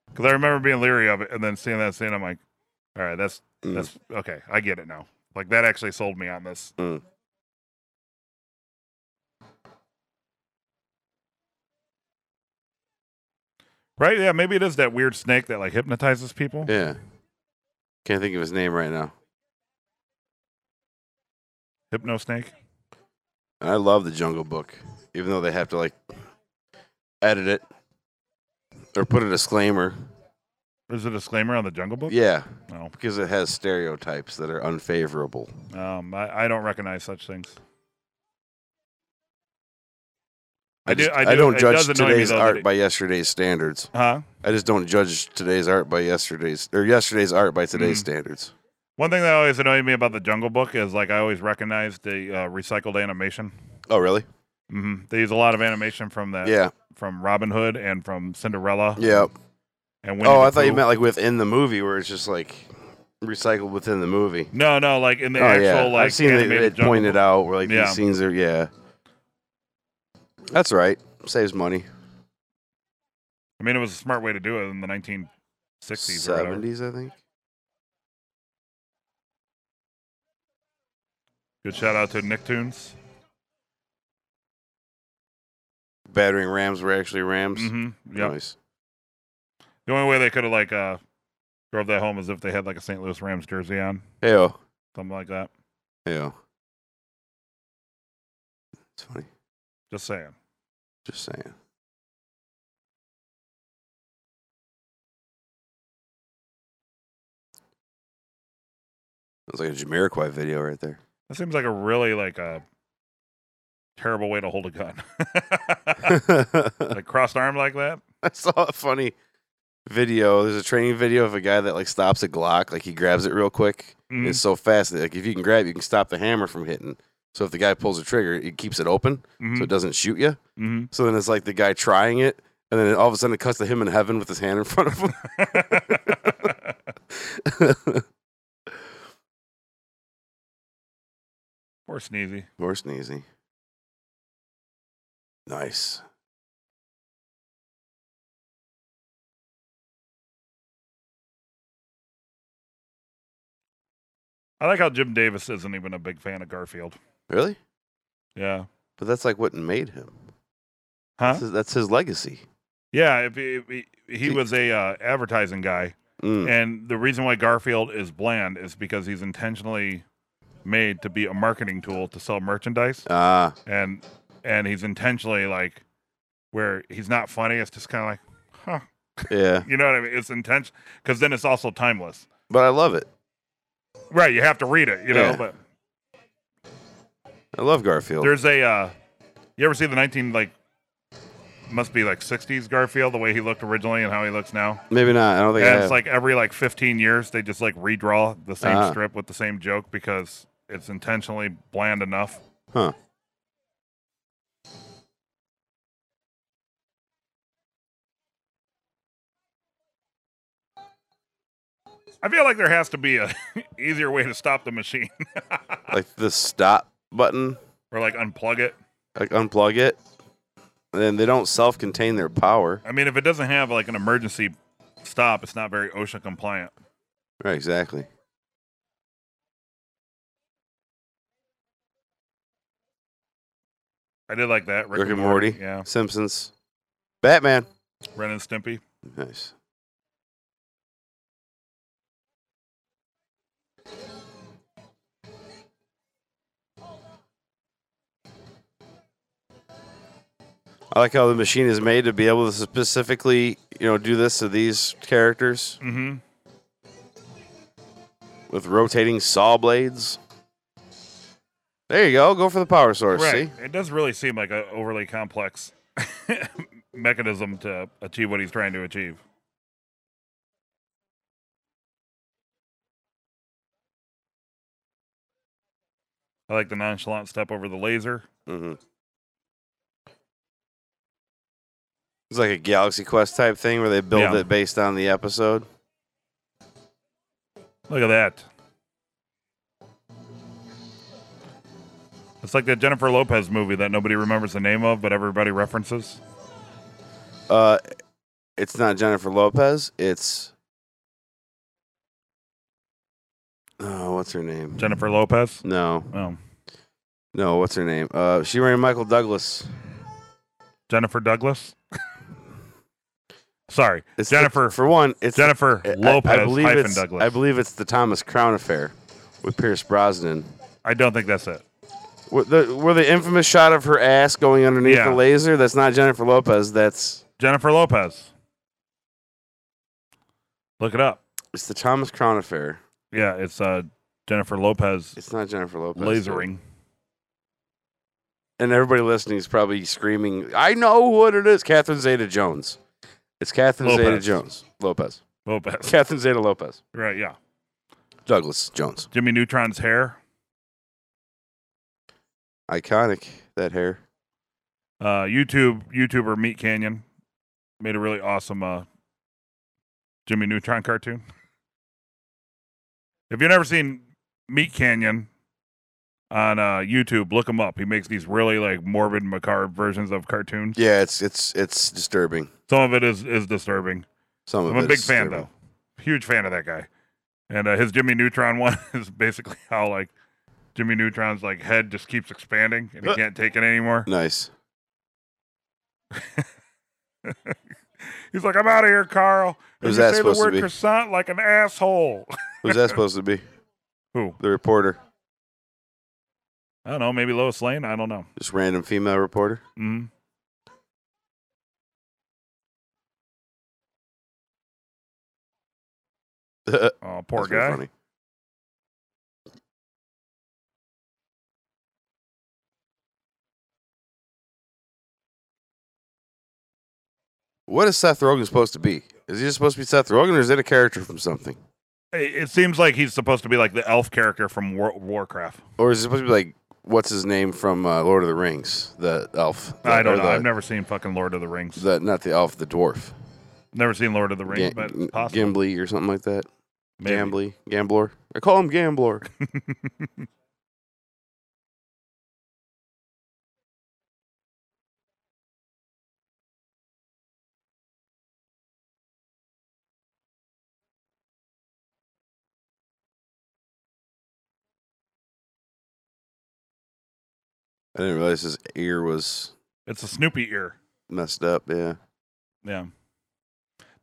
B: Because I remember being leery of it, and then seeing that scene, I'm like, all right, that's
C: Mm.
B: that's okay. I get it now. Like that actually sold me on this.
C: Mm.
B: Right? Yeah, maybe it is that weird snake that like hypnotizes people.
C: yeah. Can't think of his name right now.
B: Hypno snake.
C: And I love the Jungle Book, even though they have to like edit it or put a disclaimer.
B: There's a disclaimer on the Jungle Book.
C: Yeah,
B: No,
C: because it has stereotypes that are unfavorable.
B: um, I, I don't recognize such things. I do-
C: just-
B: I do-
C: don't
B: it
C: judge
B: does annoy me,
C: today's
B: though, that
C: art
B: it-
C: by yesterday's standards.
B: Huh?
C: I just don't judge today's art by yesterday's or yesterday's art by today's
B: Mm.
C: standards.
B: One thing that always annoyed me about the Jungle Book is like I always recognize the uh, recycled animation.
C: Oh, really?
B: hmm They use a lot of animation from that,
C: Yeah.
B: from Robin Hood and from Cinderella.
C: Yeah.
B: And Winnie the
C: Oh, I thought you
B: Pooh.
C: meant like within the movie where it's just like recycled within the movie.
B: No, no, like in the
C: oh
B: actual
C: yeah,
B: like
C: I've seen it,
B: animated
C: it
B: Jungle
C: pointed
B: Book.
C: out where like
B: Yeah.
C: these scenes are. Yeah, that's right. Saves money.
B: I mean, it was a smart way to do it in the 1960s. Or whatever.
C: Seventies, I think.
B: Good shout out to Nicktoons.
C: Battering rams were actually rams.
B: hmm Yep.
C: Nice.
B: The only way they could have like uh drove that home is if they had like a St. Louis Rams jersey on,
C: Heyo.
B: something like that.
C: Heyo. It's funny.
B: Just saying.
C: Just saying. It's like a Jamiroquai video right there. *laughs*
B: That seems like a really like a terrible way to hold a gun. *laughs* like crossed arm like that.
C: I saw a funny video. There's a training video of a guy that like stops a Glock, like he grabs it real quick.
B: Mhm.
C: It's so fast that like if you can grab, it, you can stop the hammer from hitting. So if the guy pulls the trigger, it keeps it open, so
B: Mhm.
C: it doesn't shoot you.
B: Mhm.
C: So then it's like the guy trying it, and then all of a sudden it cuts to him in heaven with his hand in front of him.
B: Poor Sneezy.
C: More sneezy. Nice.
B: I like how Jim Davis isn't even a big fan of Garfield.
C: Really?
B: Yeah.
C: But that's like what made him.
B: Huh?
C: That's, his, that's his legacy.
B: Yeah. If he, if he- he was a uh, advertising guy,
C: Mm.
B: and the reason why Garfield is bland is because he's intentionally made to be a marketing tool to sell merchandise,
C: Ah,
B: and and he's intentionally like where he's not funny. It's just kind of like, huh.
C: yeah.
B: You know what I mean? It's intense because then it's also timeless.
C: But I love it.
B: Right, you have to read it, you know.
C: Yeah.
B: But
C: I love Garfield.
B: there's a, uh, you ever see the 19 like, must be like 60s Garfield the way he looked originally and how he looks now?
C: Maybe not. I don't think I
B: And
C: have.
B: it's like every like 15 years they just like redraw the same
C: Ah.
B: strip with the same joke because it's intentionally bland enough.
C: huh.
B: I feel like there has to be a *laughs* easier way to stop the machine *laughs*
C: Like the stop button,
B: or like unplug it.
C: like unplug it. And then they don't self contain their power.
B: I mean, if it doesn't have like an emergency stop, it's not very OSHA compliant.
C: Right, exactly.
B: I did like that.
C: Rick, and Morty,
B: Yeah.
C: Simpsons, Batman.
B: Ren and Stimpy.
C: Nice. I like how the machine is made to be able to specifically, you know, do this to these characters
B: Mm-hmm.
C: with rotating saw blades. There you go. Go for the power source.
B: Right.
C: See?
B: It does really seem like an overly complex *laughs* mechanism to achieve what he's trying to achieve. I like the nonchalant step over the laser.
C: hmm It's like a Galaxy Quest type thing where they build
B: Yeah.
C: it based on the episode.
B: Look at that. It's like that Jennifer Lopez movie that nobody remembers the name of, but everybody references.
C: Uh, it's not Jennifer Lopez. It's oh, what's her name?
B: Jennifer Lopez.
C: no,
B: Oh,
C: no, what's her name? Uh, she married Michael Douglas.
B: Jennifer Douglas. *laughs* Sorry,
C: It's the-
B: Jennifer.
C: for one, it's the-
B: Jennifer
C: I- I-
B: Lopez
C: I believe
B: hyphen
C: it's
B: Douglas. I,
C: I believe it's the Thomas Crown affair with Pierce Brosnan.
B: don't think that's it.
C: Where the, where the infamous shot of her ass going underneath
B: Yeah.
C: the laser. That's not Jennifer Lopez. That's
B: Jennifer Lopez. Look it up.
C: it's the Thomas Crown affair.
B: Yeah, it's uh, Jennifer Lopez
C: It's not Jennifer Lopez.
B: lasering.
C: and everybody listening is probably screaming, "I know what it is." Catherine Zeta-Jones. It's Catherine
B: Lopez.
C: Zeta-Jones. Lopez.
B: Lopez.
C: Catherine Zeta-Lopez.
B: Right, yeah.
C: Douglas Jones.
B: Jimmy Neutron's hair.
C: Iconic that hair.
B: Uh, YouTube YouTuber Meat Canyon made a really awesome uh, Jimmy Neutron cartoon. If you've never seen Meat Canyon on uh, YouTube, look him up. He makes these really like morbid, macabre versions of cartoons.
C: Yeah, it's it's it's disturbing.
B: Some of it is is disturbing.
C: Some of
B: I'm a
C: it
B: big
C: is
B: fan
C: disturbing.
B: though, huge fan of that guy. And uh, his Jimmy Neutron *laughs* one is basically how like Jimmy Neutron's like head just keeps expanding and he
C: Uh.
B: can't take it anymore.
C: Nice.
B: He's like, I'm out of here, Carl. And
C: Who's
B: you
C: that
B: say
C: supposed
B: the
C: to
B: word
C: be?
B: croissant like an asshole. *laughs*
C: Who's that supposed to be?
B: Who?
C: The reporter.
B: I don't know. Maybe Lois Lane. I don't know.
C: Just random female *laughs* reporter.
B: Mm. Oh, poor
C: That's pretty
B: guy.
C: funny. What is Seth Rogen supposed to be? Is he just supposed to be Seth Rogen, or is it a character from something?
B: It, it seems like he's supposed to be like the elf character from War- Warcraft.
C: Or is it supposed to be like what's his name from uh, Lord of the Rings, the elf?
B: I don't
C: or
B: know.
C: The,
B: I've never seen fucking Lord of the Rings.
C: the- not the elf, the dwarf,
B: never seen Lord of the Rings,
C: Ga-
B: but possibly.
C: Gimli or something like that.
B: maybe.
C: Gambly, gambler. I call
B: *laughs*
C: him gambler. mm-hmm. I didn't realize his ear was
B: It's a Snoopy ear.
C: messed up. Yeah,
B: Yeah.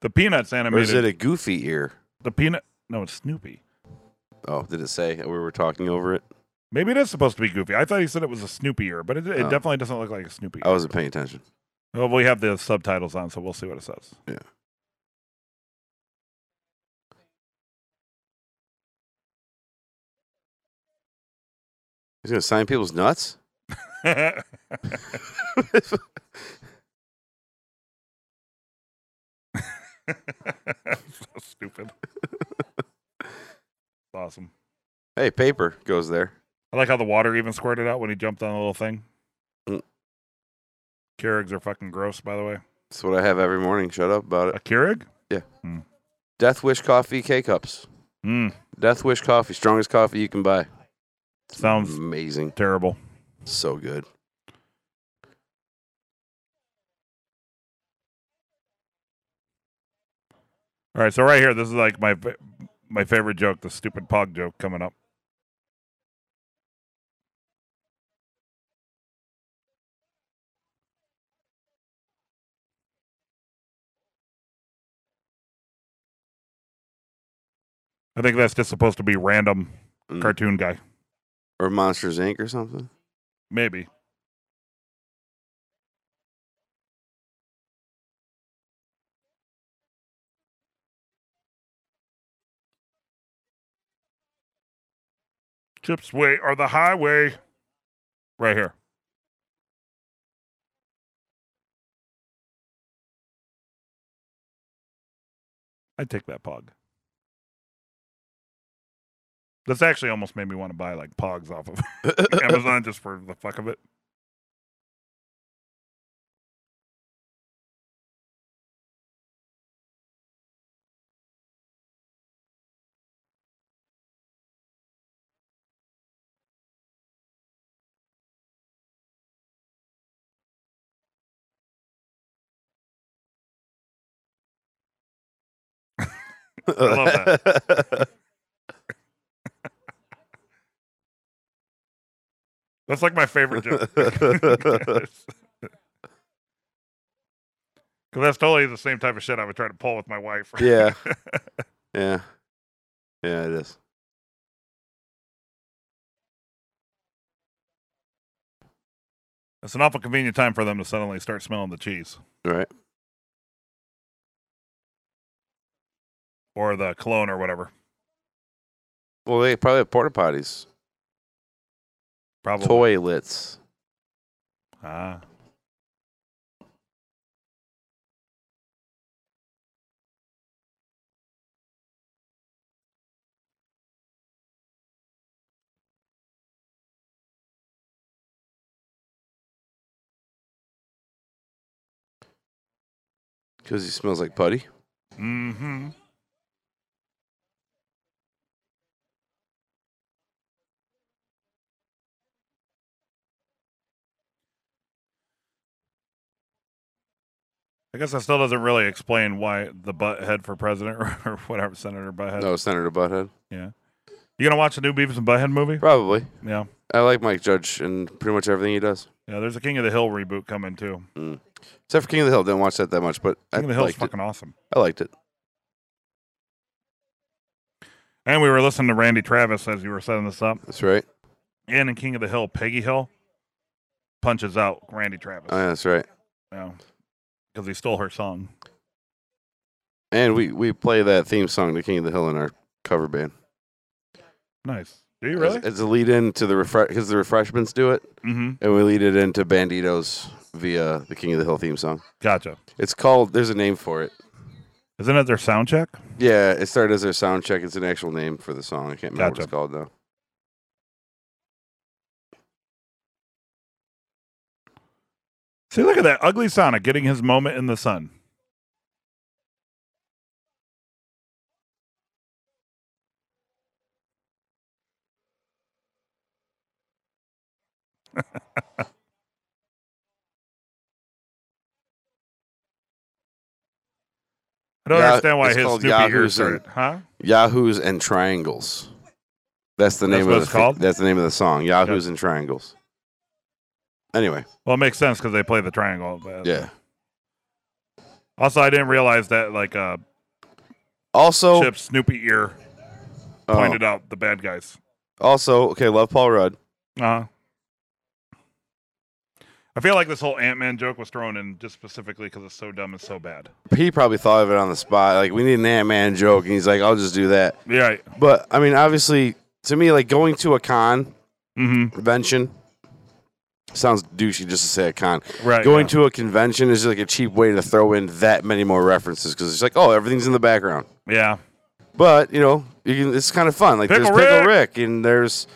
B: The Peanuts
C: or is
B: animated.
C: it a goofy ear?
B: the Peanut. No, it's Snoopy.
C: Oh, did it say we were talking over it?
B: Maybe it is supposed to be Goofy. I thought he said it was a Snoopy ear, but it, it
C: Oh.
B: definitely doesn't look like a Snoopy.
C: I wasn't paying attention.
B: Well, we have the subtitles on, so we'll see what it says.
C: Yeah. He's gonna sign people's nuts.
B: *laughs* so stupid. awesome.
C: hey, paper goes there.
B: I like how the water even squirted out when he jumped on the little thing.
C: Mm.
B: Keurigs are fucking gross, by the way.
C: That's what I have every morning. Shut up about
B: A
C: it.
B: Keurig?
C: Death Wish coffee K cups.
B: Mm,
C: Death Wish coffee, strongest coffee you can buy.
B: sounds
C: Amazing.
B: terrible.
C: So good.
B: All right, so right here, this is like my fa- my favorite joke, the stupid pog joke coming up. I think that's just supposed to be random
C: Mm.
B: cartoon guy.
C: or Monsters Inc. or something.
B: Maybe. Chips way or the highway. Right here. I'd take that pog. That's actually almost made me want to buy like pogs off of Amazon just for the fuck of it. love
C: that.
B: That's like my favorite
C: *laughs*
B: joke. *laughs* Because that's totally the same type of shit I would try to pull with my wife. *laughs*
C: yeah. *laughs* Yeah. Yeah, it is.
B: It's an awful convenient time for them to suddenly start smelling the cheese
C: Right.
B: or the cologne or whatever.
C: Well, they probably have porta potties,
B: Probably.
C: toilets.
B: Ah.
C: Because he smells like putty.
B: Mm-hmm. I guess that still doesn't really explain why the butt head for president *laughs* or whatever Senator Butthead.
C: No, Senator Butthead.
B: You gonna watch the new Beavis and Butthead movie?
C: Probably.
B: Yeah,
C: I like Mike Judge and pretty much everything he does.
B: yeah. There's a King of the Hill reboot coming too.
C: Except for King of the Hill. Didn't watch that that much, but I
B: King of the Hill's
C: liked it.
B: fucking awesome.
C: I liked it.
B: And we were listening to Randy Travis as you were setting this up.
C: That's right.
B: And in King of the Hill, Peggy Hill punches out Randy Travis.
C: Oh, yeah, that's right.
B: No, because he stole her song.
C: And we, we play that theme song to King of the Hill in our cover band.
B: Nice. Do you really?
C: It's, it's a lead in to the refresh because the refreshments do it,
B: Mm-hmm.
C: and we lead it into Banditos via the King of the Hill theme song.
B: Gotcha.
C: It's called. There's a name for it.
B: Isn't it their sound check?
C: Yeah, it started as their sound check. It's an actual name for the song. I can't remember what it's called though.
B: See, look at that ugly Sonic getting his moment in the sun. *laughs* I don't
C: Yeah,
B: understand why
C: it's
B: his
C: called
B: Snoopy ears
C: Yahoos and-
B: started, huh?
C: Yahoos and Triangles. That's the
B: That's
C: name
B: what
C: of the
B: it's called?
C: that's the name of the song. Yahoos and Triangles. Anyway,
B: Well, it makes sense because they play the triangle. But
C: yeah.
B: Also, I didn't realize that like uh,
C: Also,
B: Chip's Snoopy ear
C: oh,
B: pointed out the bad guys.
C: also okay. Love Paul Rudd.
B: Uh-huh. I feel like this whole Ant Man joke was thrown in just specifically because it's so dumb and so bad.
C: He probably thought of it on the spot. Like we need an Ant Man joke, and he's like, "I'll just do that."
B: Yeah.
C: But I mean, obviously, to me, like going to a con
B: Mm-hmm.
C: convention sounds douchey just to say a con.
B: Right.
C: Going to a convention is like a cheap way to throw in that many more references because it's like, oh, everything's in the background.
B: yeah.
C: But you know, you can, it's kind of fun. Like
B: Pickle
C: there's Pickle Rick. and there's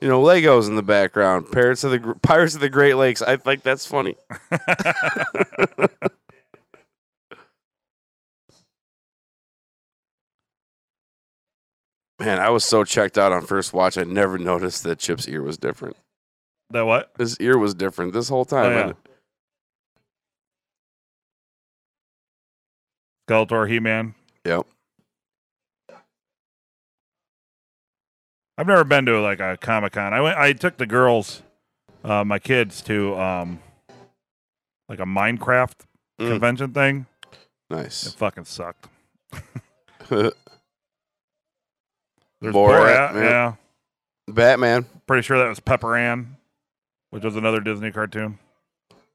C: you know Legos in the background. Pirates of the Gr- Pirates of the Great Lakes. I think
B: *laughs*
C: that's funny. Man, I was so checked out on first watch. I never noticed that Chip's ear was different.
B: That what?
C: His ear was different this whole
B: Oh,
C: time.
B: yeah. Skeletor, He Man.
C: Yep.
B: I've never been to like a Comic Con. I went. I took the girls, uh, my kids, to um, like a Minecraft
C: Mm.
B: convention thing. It
C: Nice.
B: fucking sucked.
C: *laughs*
B: There's
C: Borat,
B: Borat,
C: man.
B: yeah.
C: Batman.
B: Pretty sure that was Pepper Ann, which was another Disney cartoon.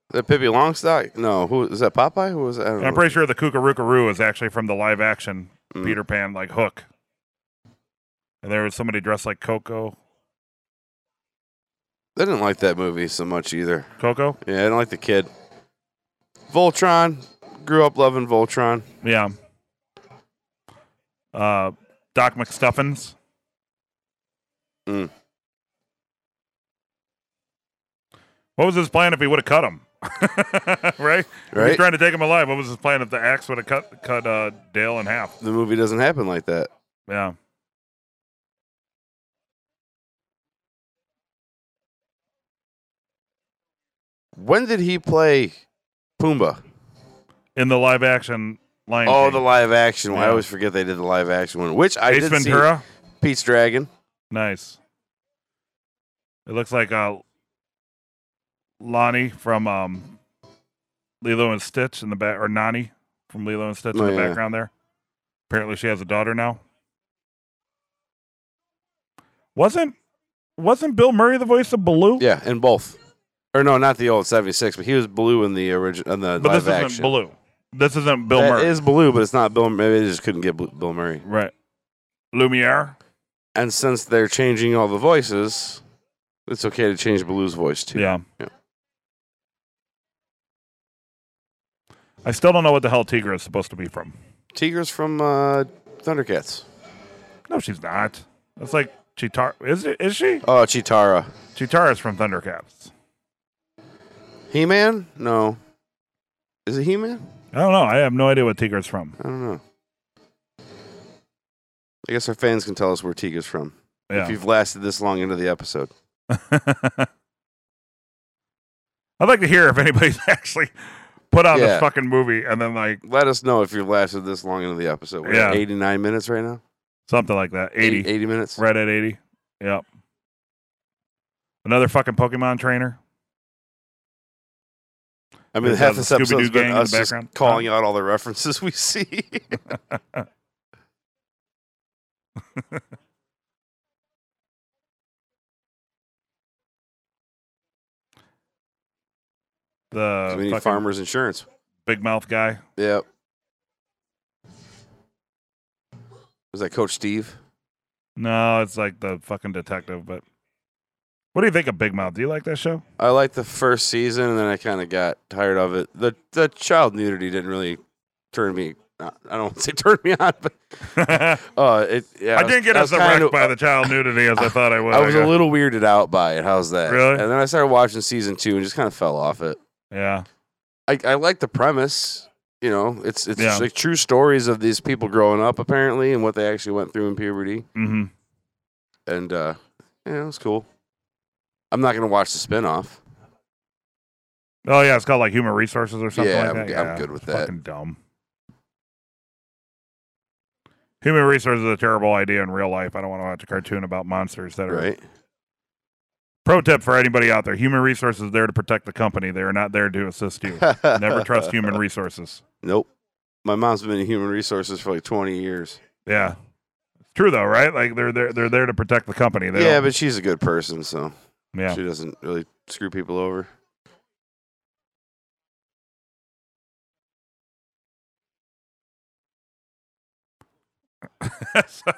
C: That Uh, Pippi Longstock? No, who is that? Popeye? Who was that? I don't
B: And I'm
C: know.
B: pretty sure the Kukurukaroo is actually from the live action
C: Mm.
B: Peter Pan like hook. And there was somebody dressed like Coco.
C: I didn't like that movie so much either.
B: Coco?
C: Yeah, I didn't like the kid. Voltron. Grew up loving Voltron.
B: Yeah. Uh, Doc McStuffins.
C: Mm.
B: What was his plan if he would have cut him? *laughs* right? He's
C: Right.
B: trying to take him alive. What was his plan if the axe would have cut cut uh, Dale in half?
C: The movie doesn't happen like that.
B: Yeah.
C: When did he play Pumbaa?
B: In the live action Lion
C: Oh,
B: King.
C: the live action one. I
B: Yeah.
C: always forget they did the live action one, which I
B: Ace
C: did
B: Ventura.
C: see. Pete's Dragon.
B: Nice. It looks like uh, Lonnie from um, Lilo and Stitch in the back, or Nani from Lilo and Stitch
C: Oh,
B: in the
C: yeah.
B: background there. Apparently, she has a daughter now. Wasn't wasn't Bill Murray the voice of Baloo?
C: Yeah, in both. Or no, not the old '76, but he was Blue in the original, in the
B: but
C: live
B: this isn't
C: action.
B: Baloo. This isn't Bill
C: That
B: Murray,
C: is Blue, but it's not Bill. Maybe they just couldn't get Bl- Bill Murray.
B: right? Lumiere.
C: And since they're changing all the voices, it's okay to change Blue's voice too.
B: Yeah.
C: Yeah.
B: I still don't know what the hell Tigra is supposed to be from.
C: Tigra's from uh, Thundercats.
B: No, she's not. That's like Chitara. Is it? Is she?
C: Oh, Chitara.
B: Chitara's from Thundercats.
C: He-Man? No. Is it He-Man?
B: I don't know. I have no idea what Tigra's from.
C: I don't know. I guess our fans can tell us where Tiga's from if
B: Yeah.
C: you've lasted this long into the episode.
B: *laughs* I'd like to hear if anybody's *laughs* actually put out
C: Yeah.
B: this fucking movie and then like
C: Let us know if you've lasted this long into the episode. We're at
B: Yeah.
C: 89 minutes right now.
B: something like that.
C: Eight-
B: 80.
C: 80 minutes.
B: Right at 80. Yep. Another fucking Pokemon trainer.
C: I mean,
B: There's
C: half
B: a
C: this
B: Scooby-Doo
C: episode's
B: gang
C: been
B: in
C: us
B: the
C: just
B: background. Uh,
C: calling out all the references
B: *laughs*
C: we see.
B: The
C: we need
B: fucking
C: farmers insurance.
B: big mouth guy.
C: Yep. Was that Coach Steve?
B: No, it's like the fucking detective, but what do you think of Big Mouth? Do you like that show? *laughs*
C: I liked the first season, and then I kind of got tired of it. the The child nudity didn't really turn me. uh, I don't *laughs* want to say turn me on, but
B: I
C: uh, it. Yeah, was-
B: didn't get
C: I
B: as
C: was kinda-
B: wrecked by the child nudity as I thought I would.
C: I was
B: guess.
C: a little weirded out by it. How's that?
B: Really?
C: And then I started watching season two and just kind of fell off it.
B: Yeah.
C: I, I like the premise. You know, it's it's
B: Yeah.
C: like true stories of these people growing up apparently and what they actually went through in puberty.
B: Mm-hmm.
C: And uh yeah, it was cool. I'm not gonna watch the spinoff.
B: Oh yeah, it's called like human resources or something
C: Yeah,
B: like
C: I'm-
B: that.
C: I'm good with
B: it's
C: that.
B: Fucking dumb. Human resources is a terrible idea in real life. I don't want to watch a cartoon about monsters that are.
C: Right.
B: Pro tip for anybody out there: Human resources is there to protect the company. They are not there to assist you. *laughs* Never
C: *laughs*
B: trust human resources.
C: Nope. My mom's been in human resources for like 20 years.
B: Yeah, it's true though, right? Like they're they're they're there to protect the company. They
C: yeah,
B: don't-
C: but she's a good person, so
B: yeah.
C: she doesn't really screw people over.
B: *laughs* So-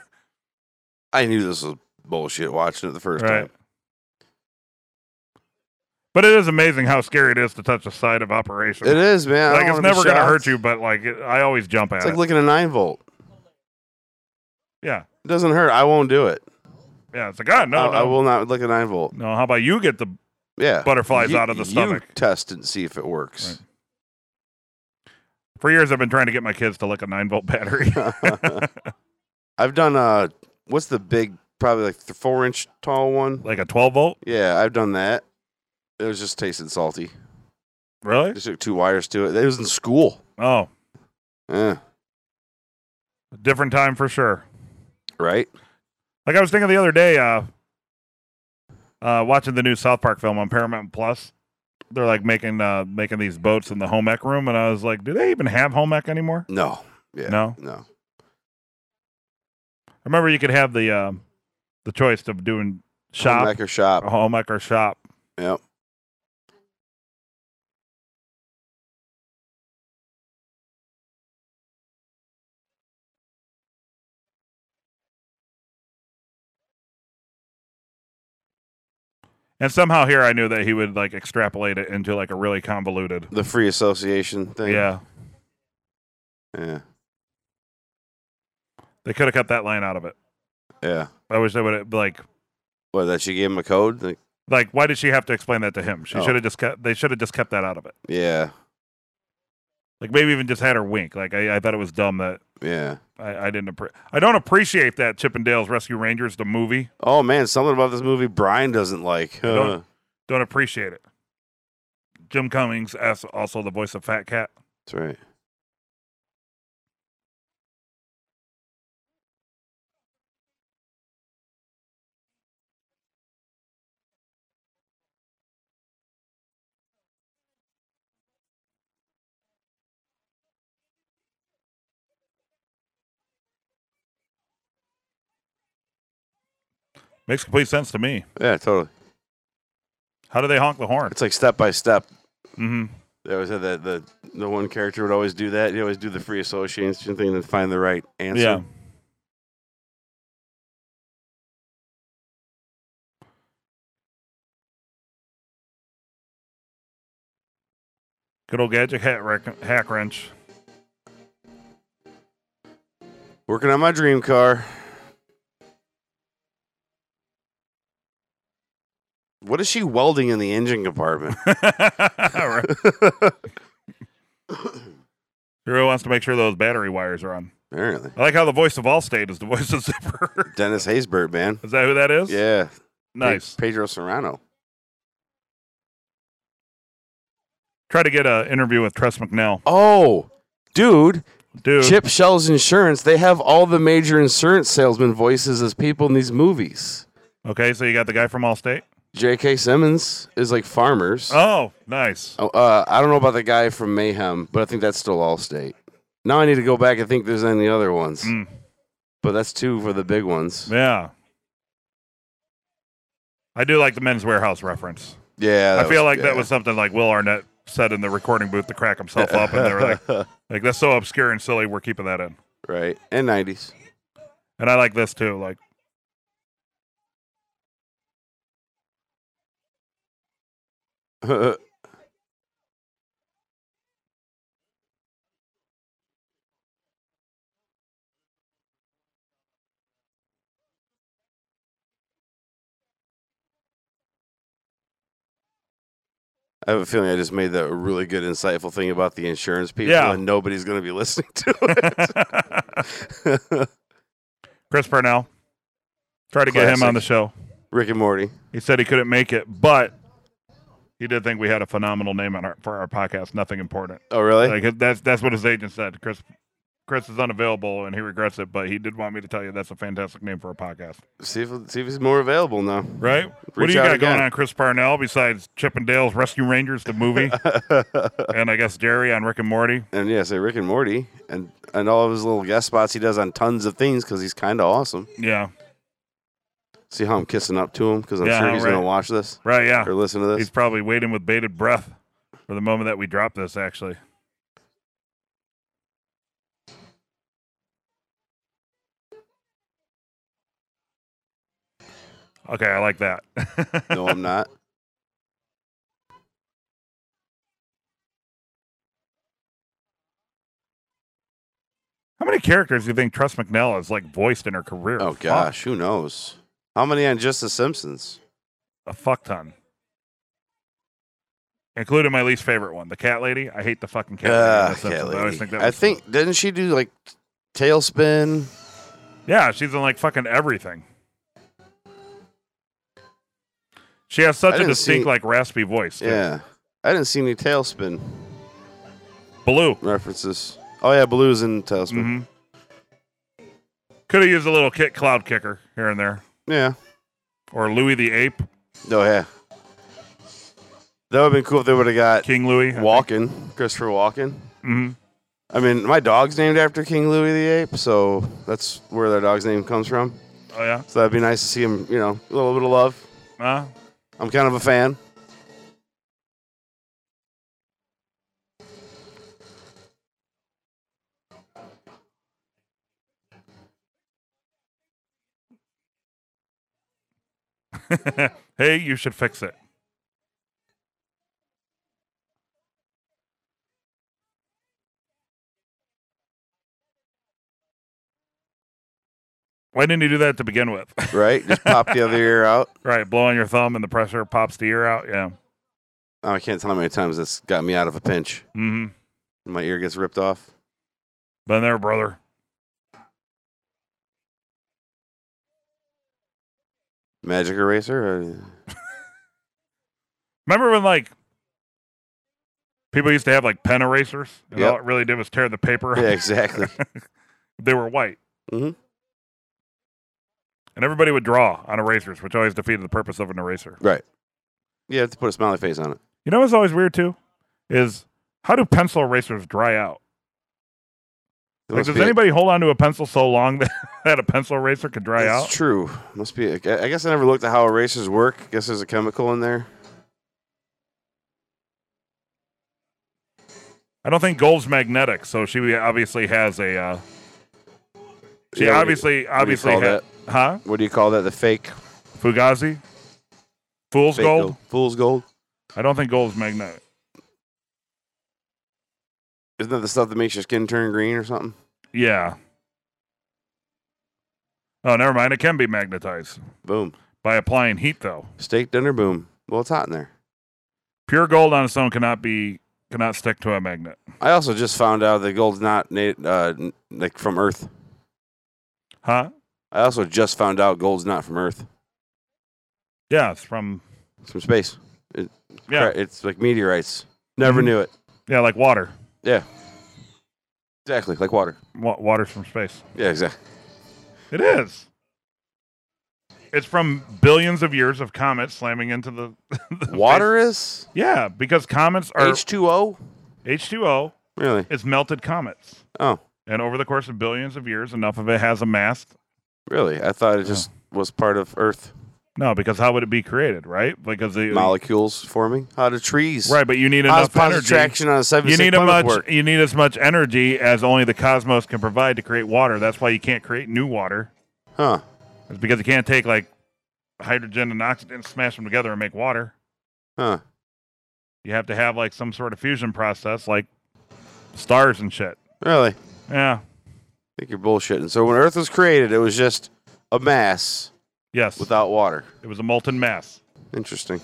C: I knew this was bullshit watching it the first time.
B: But it is amazing how scary it is to touch the side of operations.
C: It is, man. I
B: Like
C: don't
B: it's
C: wanna be
B: never gonna
C: shocked.
B: hurt you, but like it, I always jump at
C: It's
B: it.
C: like looking at a nine volt.
B: yeah,
C: It doesn't hurt. I won't do it.
B: yeah. It's like God, no, no.
C: I, I will not look at nine volt.
B: No, how about you get the
C: Yeah.
B: butterflies
C: You-
B: out of the
C: you
B: stomach?
C: test and see if it works.
B: For years, I've been trying to get my kids to lick a nine volt battery. *laughs*
C: *laughs* I've done uh what's the big probably like the four inch tall one?
B: like a twelve volt,
C: Yeah, I've done that. It was just tasted salty.
B: really?
C: Just took two wires to it. It was in school. Eh,
B: Oh,
C: Yeah.
B: different time for sure.
C: Right?
B: Like I was thinking the other day, uh, uh, watching the new South Park film on Paramount Plus. They're like making uh, making these boats in the home ec room, and I was like, do they even have home ec anymore?
C: No. Yeah.
B: No.
C: No.
B: I remember you could have the um, the choice of doing shop, Oh.
C: Home ec or shop.
B: or home ec, or shop.
C: Yep.
B: And somehow here, I knew that he would like extrapolate it into like a really convoluted.
C: The free association thing.
B: Yeah,
C: Yeah.
B: they could have cut that line out of it.
C: Yeah.
B: I wish they would have like
C: What, that she gave him a code? Like,
B: like why did she have to explain that to him? She
C: Oh.
B: should have just kept. They should have just kept that out of it.
C: yeah.
B: Like maybe even just had her wink. Like I, I thought it was dumb that
C: Yeah.
B: I, I didn't. Appre- I don't appreciate that Chippendales Rescue Rangers the movie.
C: Oh, man. Something about this movie Brian doesn't like.
B: don't- Don't appreciate it. Jim Cummings, as also the voice of Fat Cat.
C: *laughs* That's right.
B: Makes complete sense to me.
C: Yeah, totally.
B: How do they honk the horn?
C: It's like step by step.
B: hmm
C: They always had that the the one character would always do that. He always do the free association thing and find the right answer.
B: Yeah. Good old gadget hat rec- hack wrench. *laughs*
C: Working on my dream car. What is she welding in the engine compartment? *laughs*
B: Right. She really wants to make sure those battery wires are on.
C: Apparently.
B: I like how the voice of Allstate is the *laughs* voice of Zipper.
C: Dennis Haysbert, man.
B: is that who that is?
C: Yeah. Pe-
B: Nice.
C: Pedro Serrano.
B: Try to get an interview with Tress McNeil.
C: Oh, dude.
B: Dude,
C: Chip Shell's Insurance. They have all the major insurance salesman voices as people in these movies.
B: Okay, so you got the guy from Allstate.
C: J.K. Simmons is like farmers.
B: Oh, nice.
C: Oh, uh, I don't know about the guy from Mayhem, but I think that's still Allstate. Now I need to go back and think there's any other ones,
B: Mm.
C: but that's two for the big ones.
B: Yeah. I do like the men's warehouse reference.
C: Yeah,
B: I
C: that
B: feel
C: was-
B: like
C: yeah.
B: that was something like Will Arnett said in the recording booth to crack himself up, and they were like,
C: *laughs*
B: like that's so obscure and silly. We're keeping that in.
C: right and nineties. *laughs*
B: And I like this too. Like, *laughs*
C: That's I have a feeling I just made that a really good, insightful thing about the insurance people,
B: Yeah.
C: and nobody's going to be *laughs* listening
B: *laughs*
C: to it. *laughs*
B: Chris Parnell. Tried to get him
C: Classic.
B: on the show.
C: Rick and Morty.
B: He said he couldn't make it, but he did think we had a phenomenal name on our, for our podcast. Nothing important.
C: Oh, really?
B: Like that's that's what his agent said. Chris Chris is unavailable and he regrets it, but he did want me to tell you that's a fantastic name for a podcast.
C: see if see if he's more available now.
B: Right? what do
C: Reach
B: you
C: out
B: got
C: again.
B: going on, Chris Parnell, besides Chippendales Rescue Rangers, the
C: *laughs*
B: movie, and I guess Jerry on Rick and Morty?
C: and yeah, say Rick and Morty, and and all of his little guest spots he does on tons of things because he's kind of awesome.
B: Yeah.
C: See how I'm kissing up to him because I'm
B: Yeah,
C: sure he's
B: right.
C: gonna watch this
B: Right, yeah.
C: or listen to this.
B: He's *laughs* probably waiting with bated breath for the moment that we drop this actually. Okay, I like that. *laughs*
C: no, I'm not.
B: How many characters do you think Tress McNell has like voiced in her career?
C: Oh
B: Fuck.
C: gosh, who knows? How many on just The Simpsons?
B: a fuck ton, including my least favorite one, the cat lady. I hate the fucking cat lady. in The
C: Ah,
B: Simpsons.
C: Cat
B: I always
C: Lady.
B: think that.
C: I
B: was-
C: think didn't she do like Tailspin?
B: yeah, she's in like fucking everything. She has
C: I
B: such a
C: didn't
B: distinct
C: see-
B: like raspy voice. too.
C: Yeah, I didn't see any Tailspin
B: Blue.
C: references. Oh yeah, Blues and Tailspin.
B: hmm Could have Mm-hmm. used a little kick cloud kicker here and there,
C: Yeah.
B: or Louis the Ape,
C: Oh yeah. That would have been cool if they would have got
B: King Louis.
C: Walken, Christopher Walken.
B: Mhm.
C: I mean, my dog's named after King Louis the Ape, so that's where their dog's name comes from.
B: Oh yeah.
C: So that'd be nice to see him, you know, a little bit of love.
B: Uh,
C: I'm kind of a fan.
B: hey, you should fix it. Why didn't you do that to begin with? *laughs*
C: right? Just pop the other ear out.
B: right, blowing your thumb and the pressure pops the ear out. Yeah.
C: Oh, I can't tell how many times that's got me out of a pinch.
B: Mm-hmm.
C: My ear gets ripped off.
B: Been there, brother.
C: Magic eraser? Or...
B: Remember when like people used to have like pen erasers? And
C: Yep.
B: All it really did was tear the paper.
C: Yeah,
B: up.
C: exactly.
B: *laughs* They were white.
C: Mhm.
B: And everybody would draw on erasers, which always defeated the purpose of an eraser.
C: right. You have to put a smiley face on it.
B: You know what's always weird too? Is how do pencil erasers dry out?
C: It
B: Like,
C: must
B: does
C: be a-
B: anybody hold onto a pencil so long *laughs* that, that a pencil eraser could dry
C: That's
B: out?
C: true. Must be. I I guess I never looked at how erasers work. Guess there's a chemical in there.
B: I don't think gold's magnetic, so she obviously has a. Uh, she
C: Yeah, what do you-
B: obviously obviously
C: call
B: ha- huh
C: What do you call that? The fake,
B: Fugazi, fool's
C: fake
B: gold.
C: Fool's gold.
B: I don't think gold's magnetic.
C: Isn't that the stuff that makes your skin turn green or something?
B: Yeah. Oh, never mind. It can be magnetized
C: Boom.
B: by applying heat, though.
C: Steak dinner. Boom. Well, it's hot in there.
B: Pure gold on its own cannot be cannot stick to a magnet.
C: I also just found out that gold's not na- uh, n- like from Earth.
B: Huh?
C: I also just found out gold's not from Earth.
B: Yeah, it's from
C: It's from space. It,
B: yeah,
C: cra- It's like meteorites. Never
B: Mhm.
C: knew it.
B: yeah, like water.
C: Exactly. Like water.
B: Wa- water's from space.
C: Yeah. Exactly.
B: It is. It's from billions of years of comets slamming into the, *laughs* the
C: Water is
B: face. Yeah, because comets are
C: H two O.
B: H two O
C: Really?
B: is melted comets,
C: Oh,
B: and over the course of billions of years, enough of it has amassed
C: really? I thought it just was part of Earth.
B: No, because how would it be created, right? Because the
C: molecules forming? How do trees?
B: right, but you need
C: How's
B: enough
C: positive
B: energy.
C: traction on a seven?
B: You need a much.
C: much. Work?
B: You need as much energy as only the cosmos can provide to create water. That's why you can't create new water.
C: Huh?
B: It's because you can't take like hydrogen and oxygen, smash them together, and make water.
C: Huh?
B: You have to have like some sort of fusion process, like stars and shit.
C: Really? I
B: Yeah.
C: think you're bullshitting. So when Earth was created, it was just a mass
B: Yes.
C: without water.
B: it was a molten mass.
C: Interesting.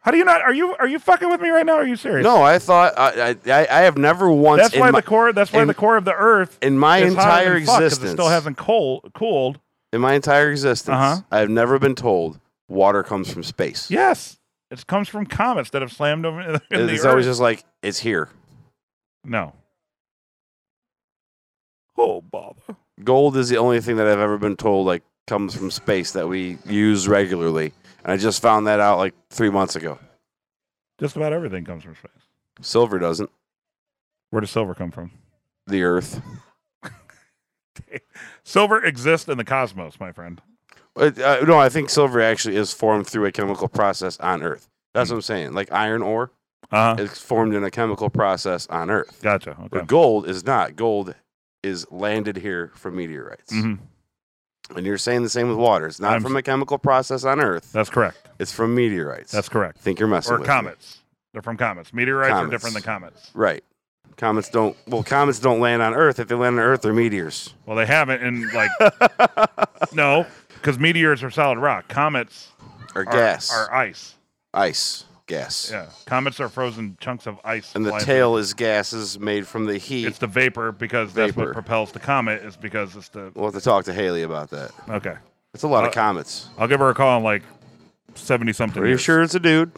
B: How do you not? Are you are you fucking with me right now? Are you serious?
C: No, I thought I I, I I have never once
B: That's
C: in
B: why
C: my,
B: the core. That's why
C: in-
B: the core of the Earth.
C: in my
B: is hotter
C: entire
B: than fuck 'cause
C: existence
B: It still hasn't cold, cooled.
C: in my entire existence,
B: Uh-huh.
C: I have never been told water comes from space.
B: Yes, it comes from comets that have slammed over *laughs* in the
C: it's
B: earth.
C: always just like it's here.
B: no. Oh bother!
C: Gold is the only thing that I've ever been told like comes from space that we use regularly, and I just found that out like three months ago.
B: Just about everything comes from space.
C: Silver doesn't.
B: Where does silver come from?
C: The Earth.
B: Silver exists in the cosmos, my friend.
C: Uh, uh, no, I think silver actually is formed through a chemical process on Earth. That's what I'm saying. Like iron ore
B: Uh Hmm. huh.
C: is formed in a chemical process on Earth.
B: Gotcha.
C: But
B: Okay.
C: gold is not. Gold is landed here from meteorites.
B: hmm
C: And you're saying the same with water. It's not
B: I'm-
C: from a chemical process on Earth.
B: That's correct.
C: It's from meteorites.
B: That's correct.
C: I think you're messing
B: Or
C: with me.
B: comets. They're from comets. Meteorites are
C: Comets.
B: different than comets.
C: Right. Comets don't. Well, comets don't land on Earth. If they land on Earth, they're meteors.
B: Well, they haven't, and
C: *laughs*
B: like no, because meteors are solid rock. Comets
C: Or
B: are,
C: gas.
B: are ice.
C: ice. Gas.
B: Yeah, comets are frozen chunks of ice.
C: And the
B: flying through
C: tail is gases made from the heat.
B: It's the vapor because that's what
C: Vapor.
B: propels the comet. Is because it's the
C: we'll have to talk to Haley about that.
B: okay.
C: It's a lot
B: Uh,
C: of comets.
B: I'll give her a call in like seventy something.
C: Pretty
B: years.
C: sure it's a dude.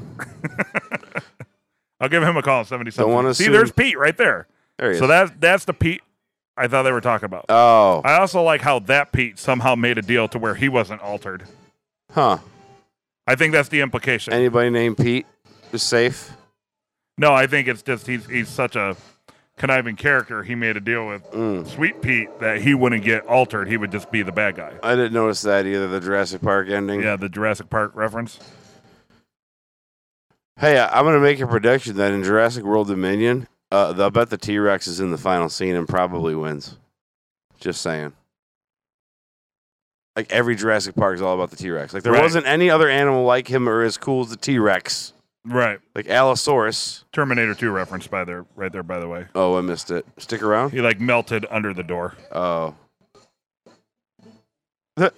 B: I'll give him a call in seventy
C: wanna
B: something. See,
C: assume-
B: there's Pete right there.
C: There he
B: So
C: is.
B: that's that's the Pete. I thought they were talking about.
C: Oh,
B: I also like how that Pete somehow made a deal to where he wasn't altered.
C: huh.
B: I think that's the implication.
C: Anybody named Pete is safe.
B: no, I think it's just he's he's such a conniving character. He made a deal with
C: Mm.
B: Sweet Pete that he wouldn't get altered. He would just be the bad guy.
C: I didn't notice that either. The Jurassic Park ending.
B: Yeah, the Jurassic Park reference.
C: Hey, I- I'm gonna make a prediction that in Jurassic World Dominion, uh, I bet the T Rex is in the final scene and probably wins. Just saying. Like every Jurassic Park is all about the T Rex. Like there
B: Right.
C: wasn't any other animal like him or as cool as the T Rex.
B: Right.
C: Like Allosaurus.
B: Terminator 2 reference by there right there by the way.
C: Oh, I missed it. Stick around.
B: He like melted under the door.
C: Oh. *laughs*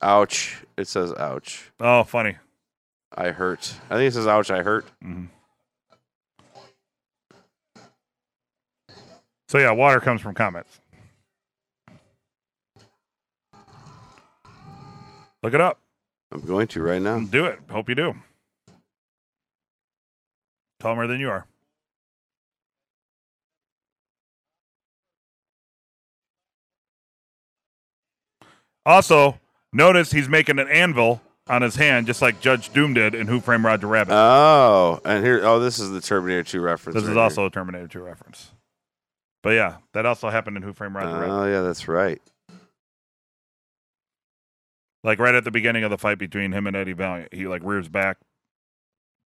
C: ouch. It says ouch.
B: Oh, funny.
C: I hurt. I think it says ouch, I hurt.
B: Mhm. So yeah, water comes from comets. Look it up.
C: I'm going to right now.
B: Do it. Hope you do. Taller than you are. Also, notice he's making an anvil on his hand, just like Judge Doom did in Who Framed Roger Rabbit.
C: Oh, and here, oh, this is the Terminator 2 reference.
B: this
C: right
B: is
C: here.
B: also a Terminator 2 reference. But yeah, that also happened in Who Framed Roger Rabbit.
C: Oh, yeah, that's right.
B: Like right at the beginning of the fight between him and Eddie Valiant, he like rears back,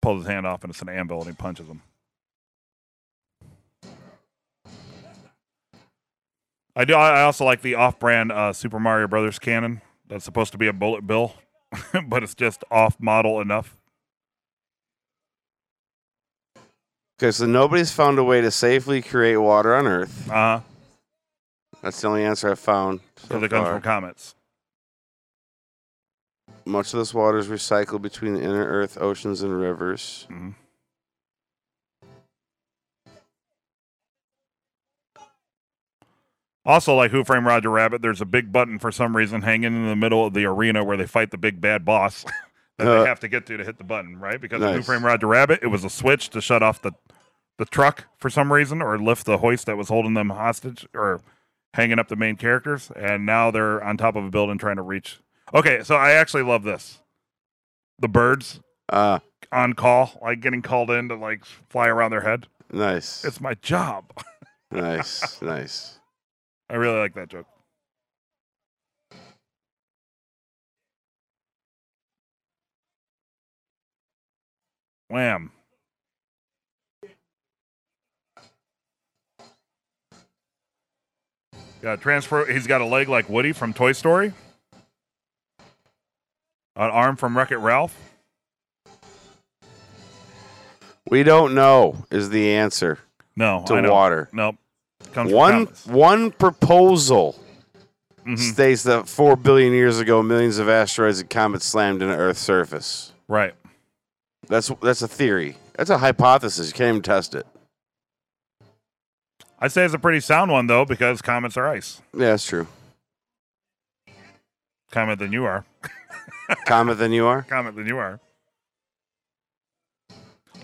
B: pulls his hand off, and it's an anvil, and he punches him. I do. I also like the off-brand uh, Super Mario Brothers cannon. That's supposed to be a bullet bill, *laughs* but it's just off-model enough.
C: Okay, so nobody's found a way to safely create water on Earth.
B: Uh huh.
C: That's the only answer I've found. So
B: Because it comes
C: far.
B: from comets.
C: Much of this water is recycled between the inner Earth, oceans, and rivers.
B: Mhm. Also, like Who Framed Roger Rabbit, there's a big button for some reason hanging in the middle of the arena where they fight the big bad boss *laughs* that
C: Uh,
B: they have to get to to hit the button, right? Because of Who
C: nice.
B: Framed Roger Rabbit, it was a switch to shut off the the truck for some reason or lift the hoist that was holding them hostage or hanging up the main characters. And now they're on top of a building trying to reach. Okay, so I actually love this. The birds
C: Ah,
B: on call, like getting called in to like fly around their head.
C: nice.
B: It's my job.
C: nice, *laughs* nice.
B: I really like that joke. Wham. Yeah, transfer. He's got a leg like Woody from Toy Story, an arm from Wreck It Ralph.
C: We don't know is the answer
B: No,
C: to
B: I know.
C: water.
B: Nope. Comes from
C: One
B: comets.
C: one proposal
B: Mhm.
C: states that four billion years ago, millions of asteroids and comets slammed into Earth's surface.
B: Right.
C: That's that's a theory. That's a hypothesis. You can't even test it.
B: I'd say it's a pretty sound one though, because comets are ice.
C: Yeah, that's true.
B: Comet than you are.
C: *laughs* Comet than you are.
B: Comet than you are.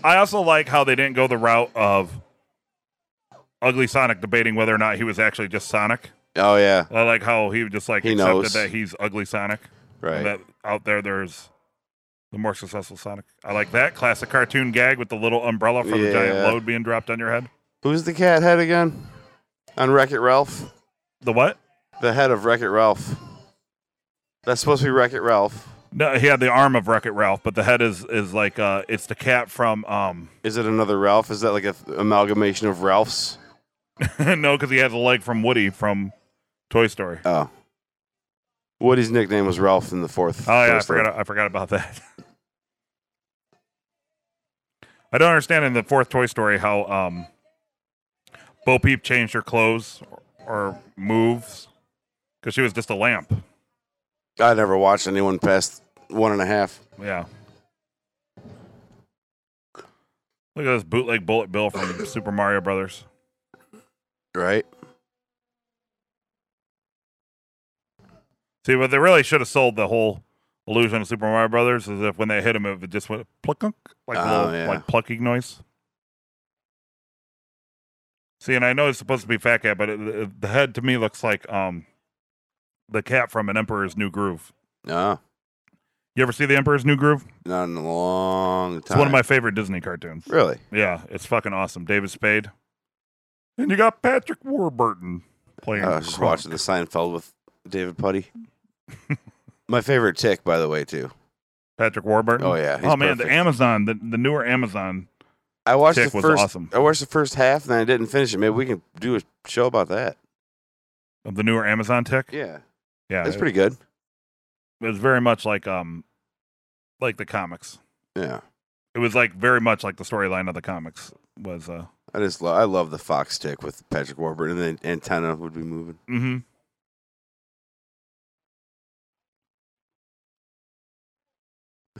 B: I also like how they didn't go the route of Ugly Sonic debating whether or not he was actually just Sonic.
C: Oh yeah,
B: I like how he just like
C: He
B: accepted
C: knows.
B: that he's Ugly Sonic. and
C: right.
B: That out there, there's the more successful Sonic. I like that classic cartoon gag with the little umbrella for the giant
C: Yeah.
B: load being dropped on your head.
C: Who's the cat head again? On Wreck It Ralph,
B: The what?
C: the head of Wreck It Ralph. That's supposed to be Wreck It Ralph.
B: No, he had the arm of Wreck It Ralph, but the head is is like uh, it's the cat from um, *laughs*
C: Is it another Ralph? Is that like a th- amalgamation of Ralphs?
B: no, because he has a leg from Woody from Toy Story.
C: Oh. Woody's nickname was Ralph in the fourth.
B: Oh yeah, I
C: Toy Story.
B: forgot. I forgot about that. *laughs* I don't understand in the fourth Toy Story how um, Bo Peep changed her clothes or, or moves because she was just a lamp.
C: I never watched anyone past one and a half.
B: Yeah. Look at this bootleg Bullet Bill from Super Mario Brothers.
C: Right?
B: See, what they really should have sold the whole illusion of Super Mario Brothers is if when they hit him, it just went pluck like a
C: Oh,
B: little
C: yeah.
B: like plucking noise. See, and I know it's supposed to be Fat Cat, but it, the- the head to me looks like um, the cat from An Emperor's New Groove.
C: No,
B: You ever see The Emperor's New Groove?
C: not in a long time.
B: It's one of my favorite Disney cartoons.
C: really.
B: Yeah, it's fucking awesome. David Spade, and you got Patrick Warburton playing.
C: Oh, I was just
B: Kronk.
C: watching the Seinfeld with David
B: *laughs*
C: Putty. my favorite tick, by the way, too.
B: Patrick Warburton.
C: Oh yeah. he's
B: oh man,
C: perfect.
B: the Amazon, the, the newer Amazon.
C: I watched
B: tick
C: the
B: was
C: first.
B: awesome.
C: I watched the first half, and then I didn't finish it. Maybe we can do a show about that.
B: Of the newer Amazon tech,
C: Yeah,
B: yeah,
C: that's
B: it-
C: pretty good.
B: It was very much like um, like the comics.
C: Yeah,
B: It was like very much like the storyline of the comics was. Uh,
C: I just love. I love the fox tick with Patrick Warburton, and the antenna would be moving.
B: mm-hmm.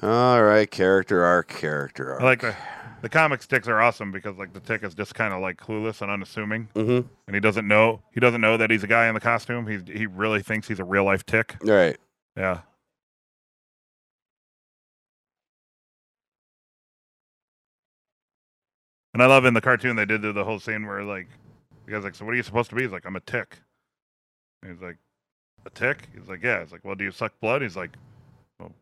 C: All right, character arc, character arc.
B: I like the the comics ticks are awesome because like the tick is just kind of like clueless and unassuming,
C: Mm-hmm.
B: and he doesn't know he doesn't know that he's a guy in the costume. He he really thinks he's a real life tick.
C: All
B: *laughs*
C: right.
B: Yeah. And I love in the cartoon they did do the whole scene where like the guy's like, "So what are you supposed to be?" He's like, "I'm a tick." And he's like, "A tick?" He's like, "Yeah." He's like, "Well, do you suck blood?" He's like, well,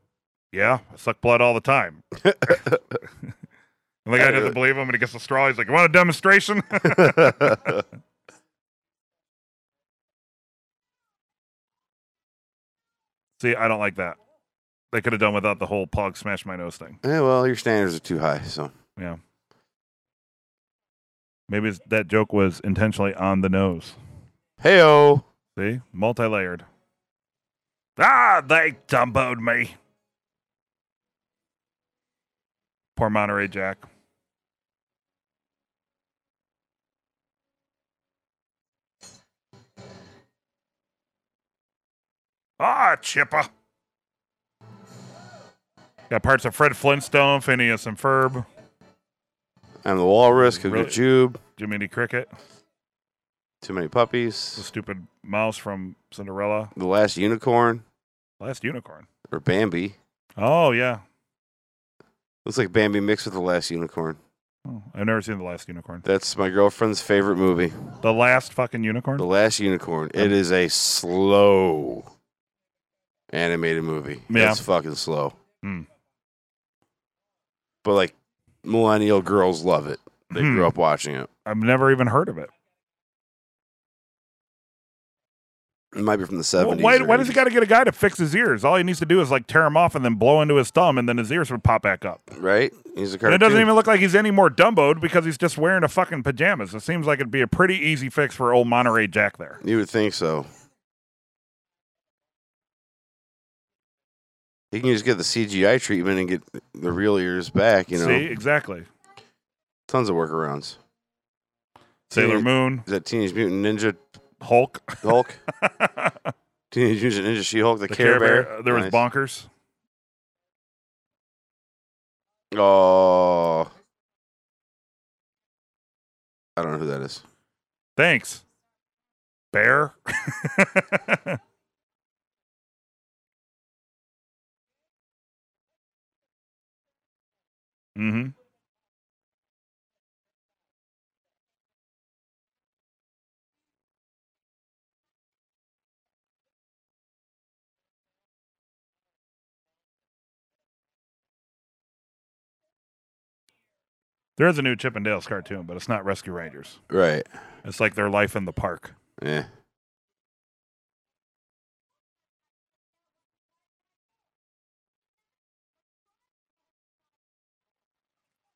B: "Yeah, I suck blood all the time." *laughs* And the guy doesn't believe him, and he gets a straw. He's like, "You want a demonstration?" *laughs* See, I don't like that. They could have done without the whole "pog smash my nose" thing.
C: Yeah, well, your standards are too high. So
B: Maybe it's, that joke was intentionally on the nose.
C: heyo.
B: See, multi-layered. Ah, they dumboed me. Poor Monterey Jack. Ah, Chippa. Got parts of Fred Flintstone, Phineas and Ferb,
C: I'm the walrus. Could
B: Really?
C: get Jube.
B: Jiminy Cricket,
C: Too many
B: the
C: puppies.
B: stupid mouse from Cinderella,
C: The last unicorn
B: Last Unicorn.
C: or Bambi.
B: Oh yeah,
C: Looks like Bambi mixed with the last unicorn.
B: Oh, I've never seen the last unicorn.
C: That's my girlfriend's favorite movie.
B: The last fucking unicorn.
C: The Last Unicorn. It is a slow animated movie.
B: Yeah.
C: It's fucking slow.
B: Hmm.
C: But like millennial girls love it. They
B: Hmm.
C: grew up watching it.
B: I've never even heard of it.
C: It might be from the
B: Well,
C: 70s.
B: why,
C: or
B: why does he
C: 80s.
B: got to get a guy to fix his ears? All he needs to do is like tear him off and then blow into his thumb, and then his ears would pop back up.
C: Right? He's a
B: And
C: cartoon.
B: it doesn't even look like he's any more Dumboed because he's just wearing a fucking pajamas. It seems like it'd be a pretty easy fix for old Monterey Jack there.
C: You would think so. He can just get the CGI treatment and get the real ears back, you know.
B: See exactly.
C: Tons of workarounds.
B: Sailor
C: See?
B: Moon,
C: Is that Teenage Mutant Ninja
B: Hulk, *laughs*
C: Hulk?
B: the
C: Teenage Mutant Ninja She Hulk, the, Care Bear.
B: Uh, There was
C: Nice.
B: Bonkers.
C: Oh. I don't know who that is.
B: Thanks, Bear. *laughs* mm-hmm. There is a new Chip and Dale's cartoon, but it's not Rescue Rangers.
C: Right.
B: It's like their life in the park.
C: Yeah.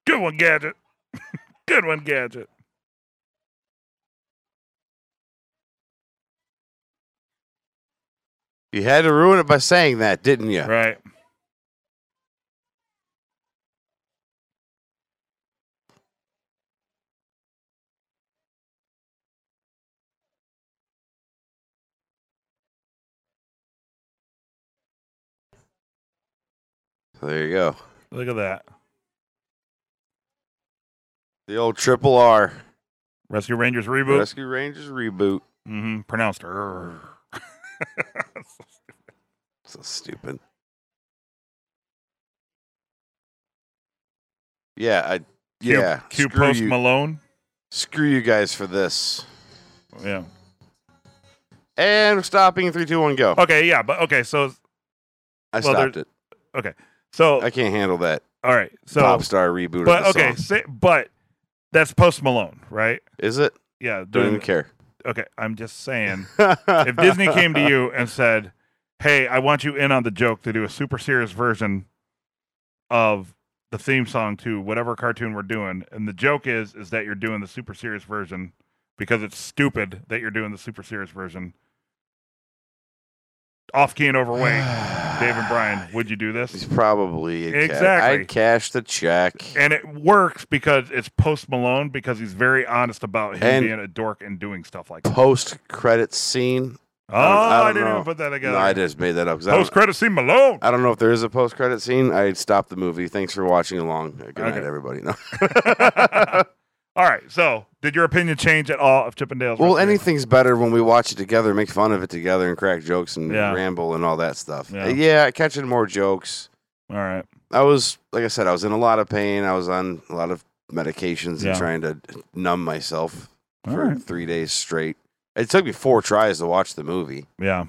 B: Good one, Gadget. *laughs* Good one,
C: *laughs*
B: Gadget.
C: You had to ruin it by saying that, didn't you?
B: Right.
C: There you go.
B: Look at that.
C: The old triple R
B: Rescue Rangers reboot.
C: Rescue Rangers reboot.
B: mm-hmm. Pronounced. "Rrr."
C: So stupid. Yeah, I
B: Q-
C: yeah.
B: Q
C: screw
B: Post
C: you,
B: Malone.
C: Screw you guys for this.
B: Yeah.
C: And we're stopping. Three, two, one, go.
B: Okay. Yeah. But okay. So
C: I
B: Oh, well,
C: stopped
B: there-
C: it.
B: okay. So
C: I can't handle that
B: all right. So
C: pop star reboot.
B: but
C: of the
B: okay.
C: song.
B: Say, but that's Post Malone, right?
C: is it?
B: Yeah.
C: Don't even
B: Doing.
C: care.
B: Okay. I'm just saying. if
C: *laughs*
B: Disney came to you and said, "Hey, I want you in on the joke to do a super serious version of the theme song to whatever cartoon we're doing," and the joke is is that you're doing the super serious version because it's stupid that you're doing the super serious version. Off key and
C: *sighs*
B: overweight, Dave and Brian, would you do
C: He's
B: this?
C: probably a cat.
B: Exactly.
C: I'd cash the check.
B: And it works because it's post Malone because he's very honest about him
C: And-
B: being a dork and doing stuff like that.
C: Post credit scene.
B: Oh,
C: I
B: I,
C: don't
B: didn't even
C: know.
B: put that
C: No,
B: together.
C: I just made that up. 'cause I don't,
B: Post credit scene Malone.
C: I don't know if there is a post credit scene. I stopped the movie. Thanks for watching along. Good night,
B: Okay.
C: everybody. *laughs* No.
B: *laughs* all right. So, did your opinion change at all of Chippendales?
C: Well,
B: Rescue?
C: anything's better when we watch it together, make fun of it together, and crack jokes and
B: Yeah.
C: ramble and all that stuff.
B: Yeah.
C: Uh, Yeah, catching more jokes.
B: All right.
C: I was, like I said, I was in a lot of pain. I was on a lot of medications
B: Yeah.
C: and trying to numb myself
B: All
C: for
B: right.
C: three days straight. It took me four tries to watch the movie.
B: Yeah.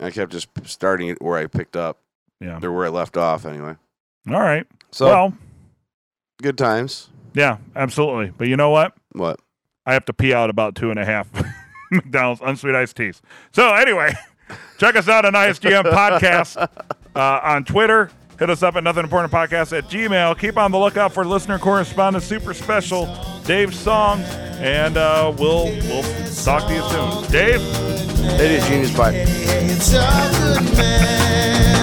C: I kept just starting it where I picked up
B: Yeah.
C: or where I left off, anyway.
B: All right.
C: So
B: well,
C: good times.
B: yeah, absolutely. But you know what?
C: What?
B: I have to pee out about two and a half *laughs* McDonald's unsweet iced teas. So anyway, *laughs* check us out on ISGM Podcast uh, on Twitter. Hit us up at Nothing Important Podcast at Gmail. Keep on the lookout for listener correspondence super special, Dave's songs, and uh, we'll we'll talk to you soon. Dave.
C: It is genius. Bye.
A: Hey, it's a good man.